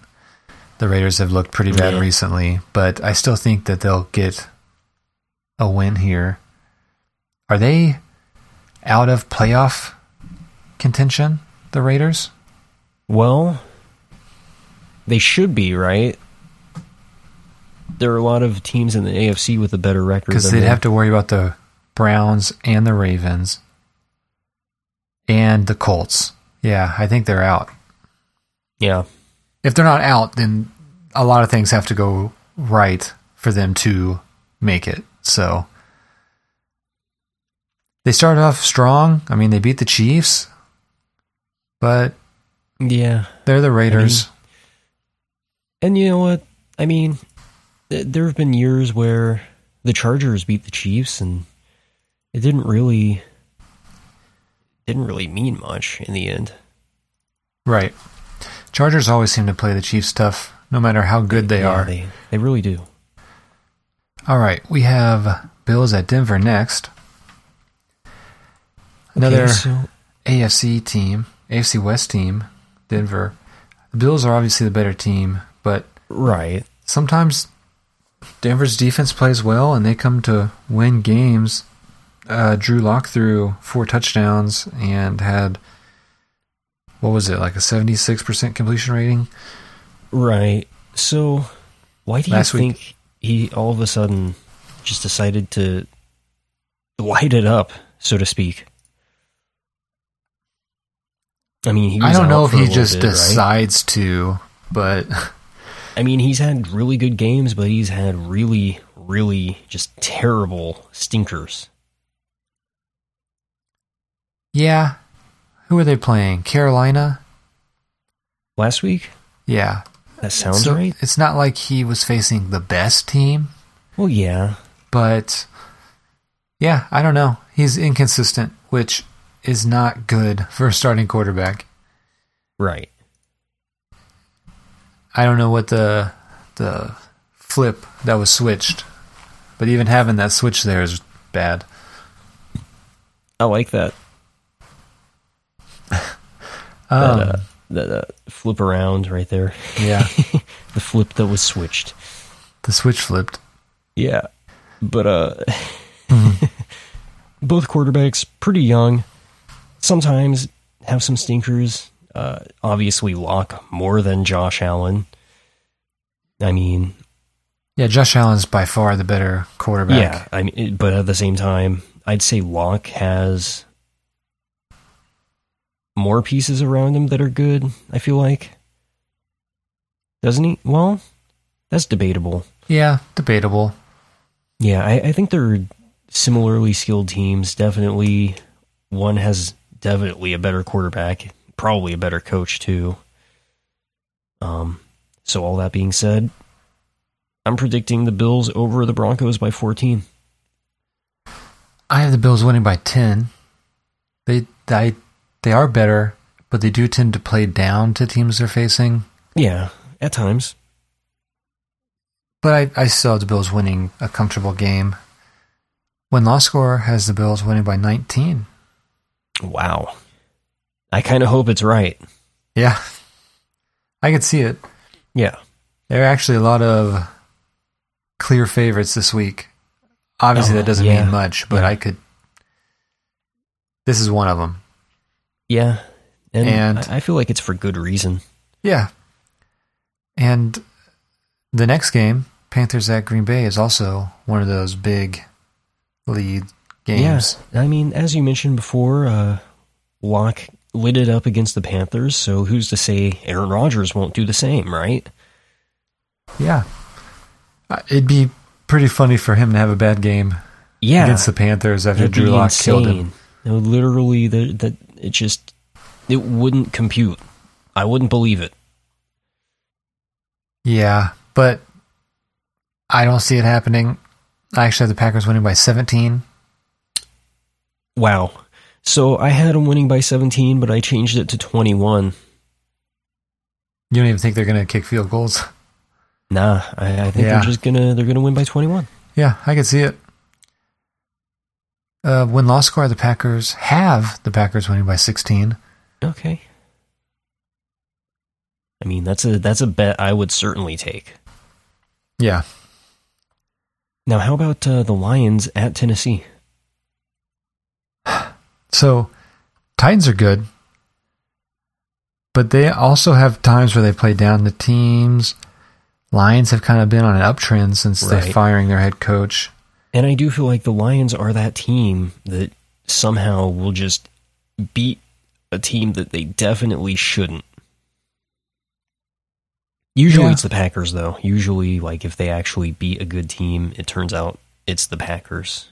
Speaker 1: The Raiders have looked pretty bad
Speaker 2: Yeah.
Speaker 1: recently, but I still think that they'll get a win here. Are they out of playoff contention, the Raiders?
Speaker 2: well, they should be right. There are a lot of teams in the AFC with a better record
Speaker 1: because
Speaker 2: than
Speaker 1: they'd
Speaker 2: them.
Speaker 1: have to worry about the Browns and the Ravens and the Colts. Yeah, I think they're out.
Speaker 2: yeah,
Speaker 1: If they're not out, then a lot of things have to go right for them to make it. So they started off strong. I mean, they beat the Chiefs, but
Speaker 2: yeah.
Speaker 1: they're the Raiders.
Speaker 2: And you know what? I mean, th- there have been years where the Chargers beat the Chiefs, and it didn't really didn't really mean much in the end.
Speaker 1: right. Chargers always seem to play the Chiefs tough, no matter how good they
Speaker 2: Yeah,
Speaker 1: are.
Speaker 2: They, they really do.
Speaker 1: All right, we have Bills at Denver next. Another
Speaker 2: Okay, so
Speaker 1: AFC team, AFC West team, Denver. the Bills are obviously the better team, but
Speaker 2: Right.
Speaker 1: sometimes Denver's defense plays well and they come to win games. Uh, Drew Lock threw four touchdowns and had what was it like a seventy six percent completion rating?
Speaker 2: Right. So, why do you
Speaker 1: Last week-
Speaker 2: think he all of a sudden just decided to light it up, so to speak? I mean, he was
Speaker 1: I don't
Speaker 2: out
Speaker 1: know if
Speaker 2: for a
Speaker 1: he
Speaker 2: little
Speaker 1: just
Speaker 2: bit, right?
Speaker 1: decides to, but
Speaker 2: I mean, he's had really good games, but he's had really, really just terrible stinkers.
Speaker 1: yeah. Who are they playing? Carolina?
Speaker 2: Last week,
Speaker 1: Yeah.
Speaker 2: that sounds
Speaker 1: so
Speaker 2: right.
Speaker 1: it's not like he was facing the best team,
Speaker 2: Well, yeah,
Speaker 1: but yeah, I don't know. He's inconsistent, which is not good for a starting quarterback.
Speaker 2: right.
Speaker 1: I don't know what the the flip that was switched, but even having that switch there is bad.
Speaker 2: I like that.
Speaker 1: Um,
Speaker 2: that, uh, that uh, flip around right there.
Speaker 1: yeah,
Speaker 2: The flip that was switched.
Speaker 1: the switch flipped.
Speaker 2: Yeah. But uh both quarterbacks pretty young. Sometimes have some stinkers. Uh obviously Locke more than Josh Allen. I mean,
Speaker 1: Yeah, Josh Allen's by far the better quarterback.
Speaker 2: yeah, I mean it- but at the same time, I'd say Locke has more pieces around him that are good, I feel like. Doesn't he? Well, that's debatable.
Speaker 1: yeah, debatable.
Speaker 2: Yeah, I, I think they're similarly skilled teams. Definitely, one has definitely a better quarterback, probably a better coach too. Um, so all that being said, I'm predicting the Bills over the Broncos by 14.
Speaker 1: I have the Bills winning by ten. They they they are better, but they do tend to play down to teams they're facing.
Speaker 2: Yeah, at times.
Speaker 1: But I, I still have the Bills winning a comfortable game. When Law Score has the Bills winning by 19.
Speaker 2: Wow. I kind of hope it's right.
Speaker 1: Yeah. I could see it.
Speaker 2: Yeah.
Speaker 1: There are actually a lot of clear favorites this week. Obviously,
Speaker 2: Oh,
Speaker 1: that doesn't
Speaker 2: yeah.
Speaker 1: mean much, but
Speaker 2: Yeah.
Speaker 1: I could. This is one of them.
Speaker 2: Yeah. And,
Speaker 1: And-
Speaker 2: I, I feel like it's for good reason.
Speaker 1: Yeah. And the next game, Panthers at Green Bay, is also one of those big lead games.
Speaker 2: Yeah. I mean, as you mentioned before, uh, Locke lit it up against the Panthers, so who's to say Aaron Rodgers won't do the same, right?
Speaker 1: Yeah. Uh, It'd be pretty funny for him to have a bad game
Speaker 2: Yeah.
Speaker 1: against the Panthers after
Speaker 2: That'd
Speaker 1: Drew
Speaker 2: be
Speaker 1: Lock
Speaker 2: insane.
Speaker 1: killed him.
Speaker 2: No, literally, that that it just it wouldn't compute. I wouldn't believe it.
Speaker 1: Yeah, but I don't see it happening. I actually have the Packers winning by 17.
Speaker 2: Wow. So I had him winning by 17, but I changed it to 21.
Speaker 1: You don't even think they're going to kick field goals.
Speaker 2: Nah, I, I think
Speaker 1: Yeah.
Speaker 2: they're just gonna they're gonna win by 21.
Speaker 1: Yeah, I could see it. Uh, win loss score, the Packers have the Packers winning by 16.
Speaker 2: Okay. I mean, that's a that's a bet I would certainly take.
Speaker 1: Yeah.
Speaker 2: Now, how about uh, the Lions at Tennessee?
Speaker 1: So Titans are good, but they also have times where they play down the teams. Lions have kind of been on an uptrend since they're
Speaker 2: Right.
Speaker 1: firing their head coach.
Speaker 2: And I do feel like the Lions are that team that somehow will just beat a team that they definitely shouldn't. Usually
Speaker 1: Yeah.
Speaker 2: it's the Packers, though. Usually, like, if they actually beat a good team, it turns out it's the Packers.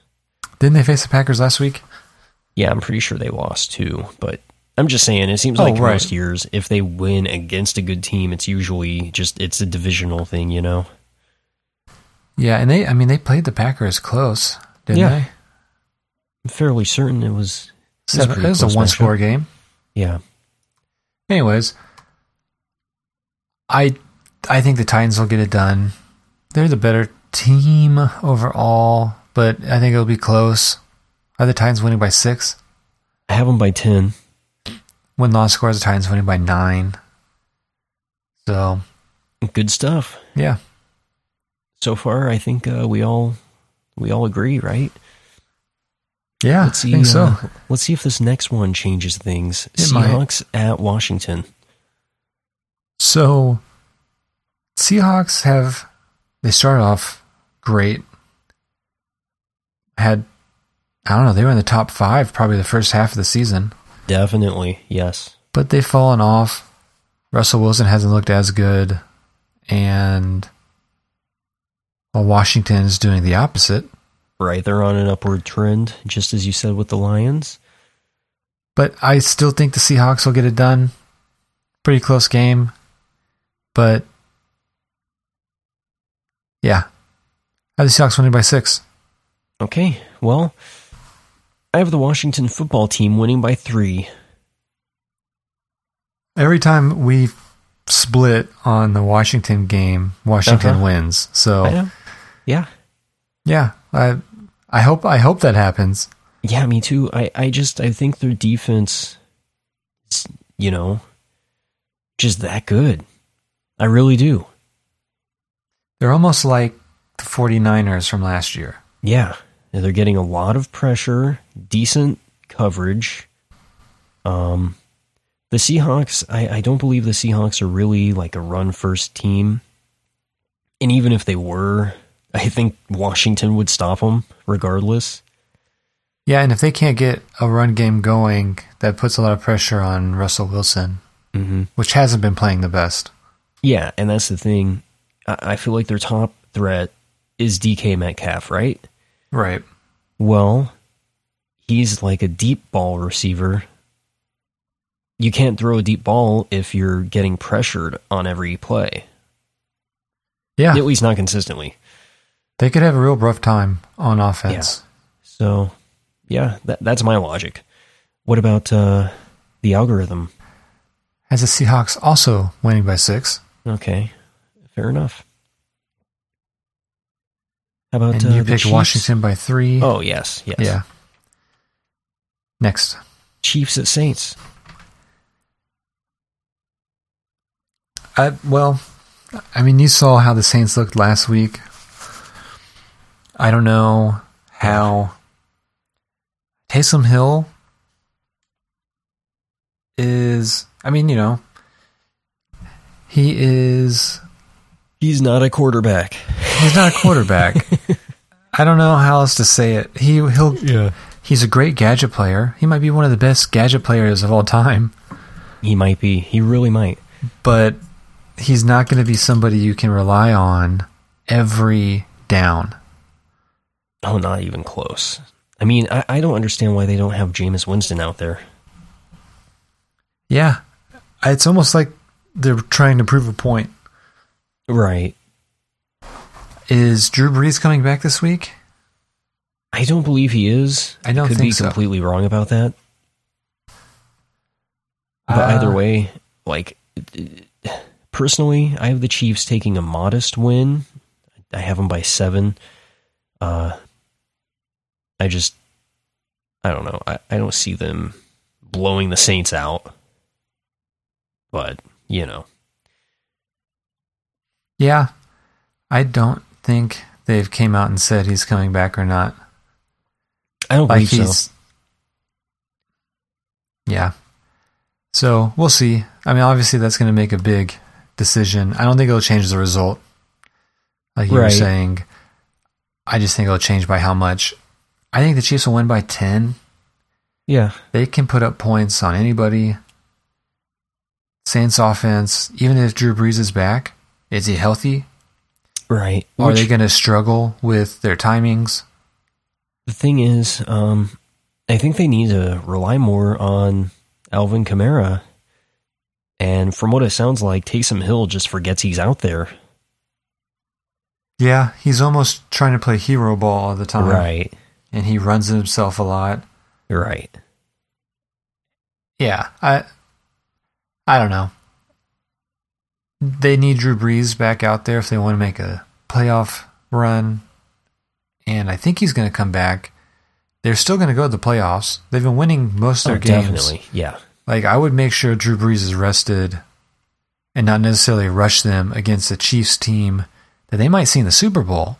Speaker 1: Didn't they face the Packers last week?
Speaker 2: Yeah, I'm pretty sure they lost too, but I'm just saying it seems
Speaker 1: Oh,
Speaker 2: like
Speaker 1: right.
Speaker 2: most years if they win against a good team, it's usually just it's a divisional thing, you know.
Speaker 1: Yeah, and they I mean they played the Packers close, didn't
Speaker 2: Yeah.
Speaker 1: they?
Speaker 2: I'm fairly certain it was it was,
Speaker 1: Seven-
Speaker 2: pretty
Speaker 1: it was a
Speaker 2: close
Speaker 1: one
Speaker 2: matchup.
Speaker 1: score game.
Speaker 2: Yeah.
Speaker 1: Anyways, I I think the Titans will get it done. They're the better team overall, but I think it'll be close. Are the Titans winning by six?
Speaker 2: I have them by 10.
Speaker 1: Win loss scores, the Titans winning by nine. So
Speaker 2: Good stuff.
Speaker 1: yeah,
Speaker 2: So far, I think uh, we all we all agree, right?
Speaker 1: yeah,
Speaker 2: Let's
Speaker 1: I
Speaker 2: see.
Speaker 1: think so.
Speaker 2: uh, let's see if this next one changes things.
Speaker 1: It might.
Speaker 2: Seahawks at Washington.
Speaker 1: So Seahawks have they started off great. Had I don't know, they were in the top five probably the first half of the season,
Speaker 2: Definitely, yes.
Speaker 1: but they've fallen off. Russell Wilson hasn't looked as good, and well, Washington is doing the opposite.
Speaker 2: Right, they're on an upward trend, just as you said with the Lions.
Speaker 1: But I still think the Seahawks will get it done. Pretty close game. But yeah. I have the Seahawks winning by six.
Speaker 2: Okay, well, I have the Washington football team winning by three.
Speaker 1: Every time we split on the Washington game, Washington
Speaker 2: Uh-huh.
Speaker 1: wins.
Speaker 2: I
Speaker 1: So
Speaker 2: know. Yeah.
Speaker 1: yeah, I I hope I hope that happens.
Speaker 2: Yeah, me too. I, I just I think their defense is, you know, just that good. I really do.
Speaker 1: They're almost like the 49ers from last year.
Speaker 2: Yeah. And They're getting a lot of pressure, decent coverage. Um the Seahawks, I, I don't believe the Seahawks are really like a run first team. And even if they were, I think Washington would stop them regardless.
Speaker 1: Yeah, and if they can't get a run game going, that puts a lot of pressure on Russell Wilson,
Speaker 2: Mm-hmm.
Speaker 1: which hasn't been playing the best.
Speaker 2: Yeah, and that's the thing. I, I feel like their top threat is DK Metcalf, right?
Speaker 1: Right.
Speaker 2: Well, he's like a deep ball receiver. You can't throw a deep ball if you're getting pressured on every play,
Speaker 1: Yeah.
Speaker 2: at least not consistently.
Speaker 1: They could have a real rough time on offense.
Speaker 2: So, yeah, that, that's my logic. What about uh, the algorithm?
Speaker 1: Has the Seahawks also winning by six?
Speaker 2: Okay, fair enough. How about
Speaker 1: and
Speaker 2: uh,
Speaker 1: you
Speaker 2: the
Speaker 1: picked
Speaker 2: Chiefs?
Speaker 1: Washington by three.
Speaker 2: Oh yes, yes.
Speaker 1: Yeah. Next.
Speaker 2: Chiefs at Saints.
Speaker 1: I, well, I mean, you saw how the Saints looked last week. I don't know how Taysom Hill is. I mean, you know, he is.
Speaker 2: He's not a quarterback.
Speaker 1: He's not a quarterback. I don't know how else to say it. He he'll
Speaker 2: Yeah.
Speaker 1: He's a great gadget player. He might be one of the best gadget players of all time,
Speaker 2: He might be. He really might.
Speaker 1: but he's not going to be somebody you can rely on every down.
Speaker 2: Oh, not even close. I mean, I, I don't understand why they don't have Jameis Winston out there.
Speaker 1: Yeah. It's almost like they're trying to prove a point.
Speaker 2: Right.
Speaker 1: Is Drew Brees coming back this week?
Speaker 2: I don't believe he is.
Speaker 1: I don't
Speaker 2: Could
Speaker 1: think
Speaker 2: be
Speaker 1: so.
Speaker 2: completely wrong about that. But
Speaker 1: Uh,
Speaker 2: either way, like personally, I have the Chiefs taking a modest win. I have them by seven. Uh, I just, I don't know. I, I don't see them blowing the Saints out. But you know,
Speaker 1: Yeah. I don't think they've came out and said he's coming back or not.
Speaker 2: I don't
Speaker 1: Like
Speaker 2: believe so.
Speaker 1: he's Yeah. So we'll see. I mean obviously that's gonna make a big decision. I don't think it'll change the result. Like you were
Speaker 2: Right.
Speaker 1: saying. I just think it'll change by how much. I think the Chiefs will win by ten.
Speaker 2: Yeah.
Speaker 1: They can put up points on anybody. Saints offense, even if Drew Brees is back, is he healthy?
Speaker 2: Right.
Speaker 1: Are
Speaker 2: Which,
Speaker 1: they gonna struggle with their timings?
Speaker 2: the thing is, um, I think they need to rely more on Alvin Kamara. And from what it sounds like, Taysom Hill just forgets he's out there.
Speaker 1: Yeah, he's almost trying to play hero ball all the time.
Speaker 2: Right.
Speaker 1: and he runs himself a lot.
Speaker 2: Right.
Speaker 1: Yeah, I I don't know. They need Drew Brees back out there if they want to make a playoff run. And I think he's going to come back. They're still going to go to the playoffs. They've been winning most of their
Speaker 2: Oh,
Speaker 1: games.
Speaker 2: definitely. Yeah.
Speaker 1: Like I would make sure Drew Brees is rested and not necessarily rush them against the Chiefs team that they might see in the Super Bowl.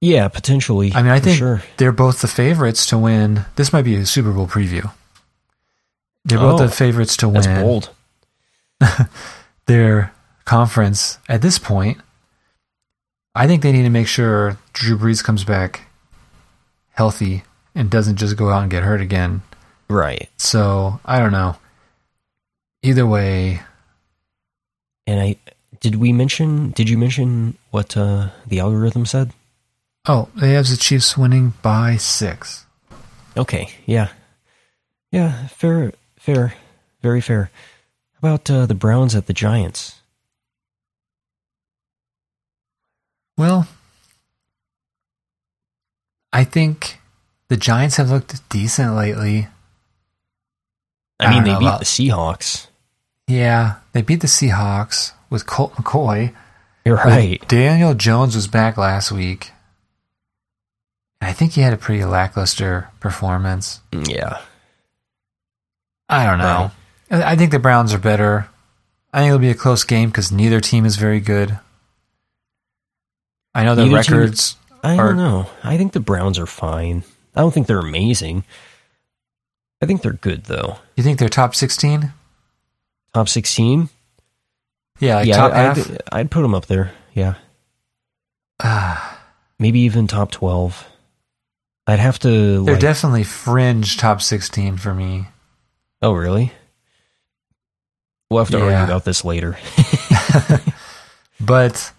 Speaker 2: Yeah, potentially.
Speaker 1: I mean, I
Speaker 2: for
Speaker 1: think
Speaker 2: sure.
Speaker 1: they're both the favorites to win. This might be a Super Bowl preview. They're both
Speaker 2: Oh,
Speaker 1: the favorites to
Speaker 2: that's
Speaker 1: win
Speaker 2: bold.
Speaker 1: their conference at this point. I think they need to make sure Drew Brees comes back healthy and doesn't just go out and get hurt again.
Speaker 2: Right.
Speaker 1: So I don't know. Either way,
Speaker 2: And I did we mention did you mention what uh, the algorithm said?
Speaker 1: oh, they have the Chiefs winning by six.
Speaker 2: Okay, yeah. Yeah, fair fair. Very fair. How about uh, the Browns at the Giants?
Speaker 1: Well, I think the Giants have looked decent lately.
Speaker 2: I,
Speaker 1: I
Speaker 2: mean
Speaker 1: don't
Speaker 2: they
Speaker 1: know
Speaker 2: beat
Speaker 1: about-
Speaker 2: the Seahawks.
Speaker 1: Yeah, they beat the Seahawks with Colt McCoy.
Speaker 2: You're
Speaker 1: But
Speaker 2: right.
Speaker 1: Daniel Jones was back last week. And I think he had a pretty lackluster performance.
Speaker 2: Yeah.
Speaker 1: I don't know. I I think the Browns are better. I think it'll be a close game because neither team is very good. I know their
Speaker 2: Neither team-
Speaker 1: records.
Speaker 2: I
Speaker 1: Or-
Speaker 2: don't know. I think the Browns are fine. I don't think they're amazing. I think they're good though.
Speaker 1: you think they're top 16?
Speaker 2: Top 16?
Speaker 1: Yeah, like
Speaker 2: yeah,
Speaker 1: top
Speaker 2: I,
Speaker 1: half.
Speaker 2: would I'd put them up there. Yeah.
Speaker 1: Ah,
Speaker 2: Maybe even top 12. I'd have to
Speaker 1: they're
Speaker 2: like,
Speaker 1: definitely fringe top 16 for me.
Speaker 2: Oh, really? We'll have to
Speaker 1: Yeah.
Speaker 2: argue about this later.
Speaker 1: But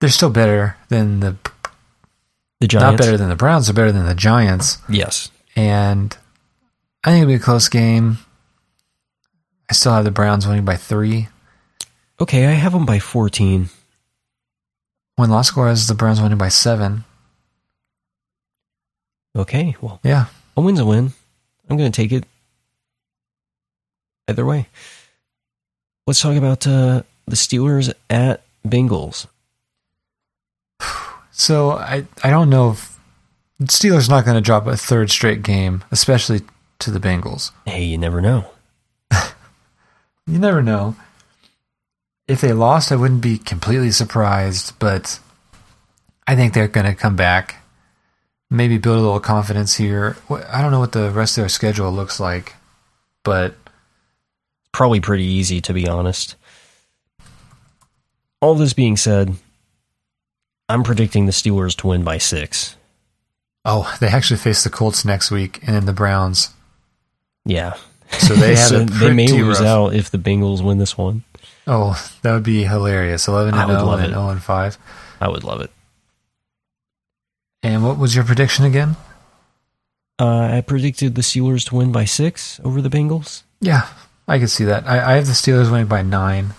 Speaker 1: they're still better than the.
Speaker 2: The Giants.
Speaker 1: Not better than the Browns, they're better than the Giants.
Speaker 2: Yes.
Speaker 1: and I think it'll be a close game. I still have the Browns winning by three.
Speaker 2: Okay, I have them by 14.
Speaker 1: Win loss score is the Browns winning by seven.
Speaker 2: Okay, well,
Speaker 1: Yeah,
Speaker 2: a win's a win. I'm going to take it either way. Let's talk about uh, the Steelers at Bengals.
Speaker 1: so I I don't know if Steelers not going to drop a third straight game, especially to the Bengals.
Speaker 2: Hey, you never know.
Speaker 1: You never know. If they lost, I wouldn't be completely surprised, but I think they're going to come back. Maybe build a little confidence here. Wh- I don't know what the rest of their schedule looks like, but
Speaker 2: Probably pretty easy, to be honest. All this being said, I'm predicting the Steelers to win by six.
Speaker 1: Oh, they actually face the Colts next week and then the Browns.
Speaker 2: Yeah.
Speaker 1: So they have
Speaker 2: So
Speaker 1: a
Speaker 2: they
Speaker 1: pretty
Speaker 2: may lose
Speaker 1: rough.
Speaker 2: out if the Bengals win this one.
Speaker 1: Oh, that would be hilarious. 11
Speaker 2: I
Speaker 1: and
Speaker 2: would
Speaker 1: 0
Speaker 2: love
Speaker 1: and
Speaker 2: it.
Speaker 1: 0 and 5.
Speaker 2: I would love it.
Speaker 1: And what was your prediction again?
Speaker 2: Uh, I predicted the Steelers to win by six over the Bengals.
Speaker 1: Yeah, I could see that. I, I have the Steelers winning by 9.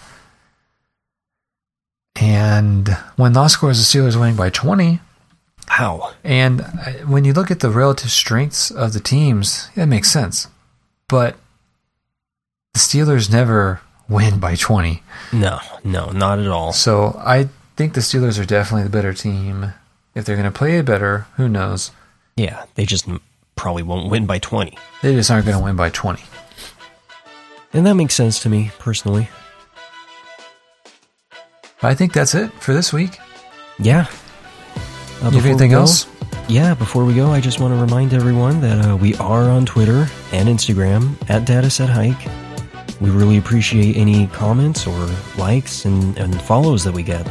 Speaker 1: And when loss scores, the Steelers winning by 20.
Speaker 2: How?
Speaker 1: And I- when you look at the relative strengths of the teams, that makes sense. But the Steelers never win by 20.
Speaker 2: No, no, not at all.
Speaker 1: So I think the Steelers are definitely the better team. If they're going to play it better, who knows?
Speaker 2: Yeah, they just m- probably won't win by 20.
Speaker 1: They just aren't going to win by 20.
Speaker 2: And that makes sense to me personally.
Speaker 1: But I think that's it for this week. you
Speaker 2: Yeah. Uh, before
Speaker 1: have
Speaker 2: we
Speaker 1: anything
Speaker 2: go-
Speaker 1: else?
Speaker 2: Yeah, before we go, I just want to remind everyone that uh, we are on Twitter and Instagram at Data Set Hike. We really appreciate any comments or likes and, and follows that we get.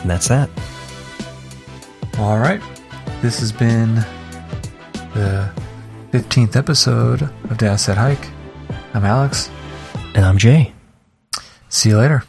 Speaker 2: And that's that.
Speaker 1: All right. This has been the 15th episode of Dad Said Hike. I'm Alex.
Speaker 2: And I'm Jay.
Speaker 1: See you later.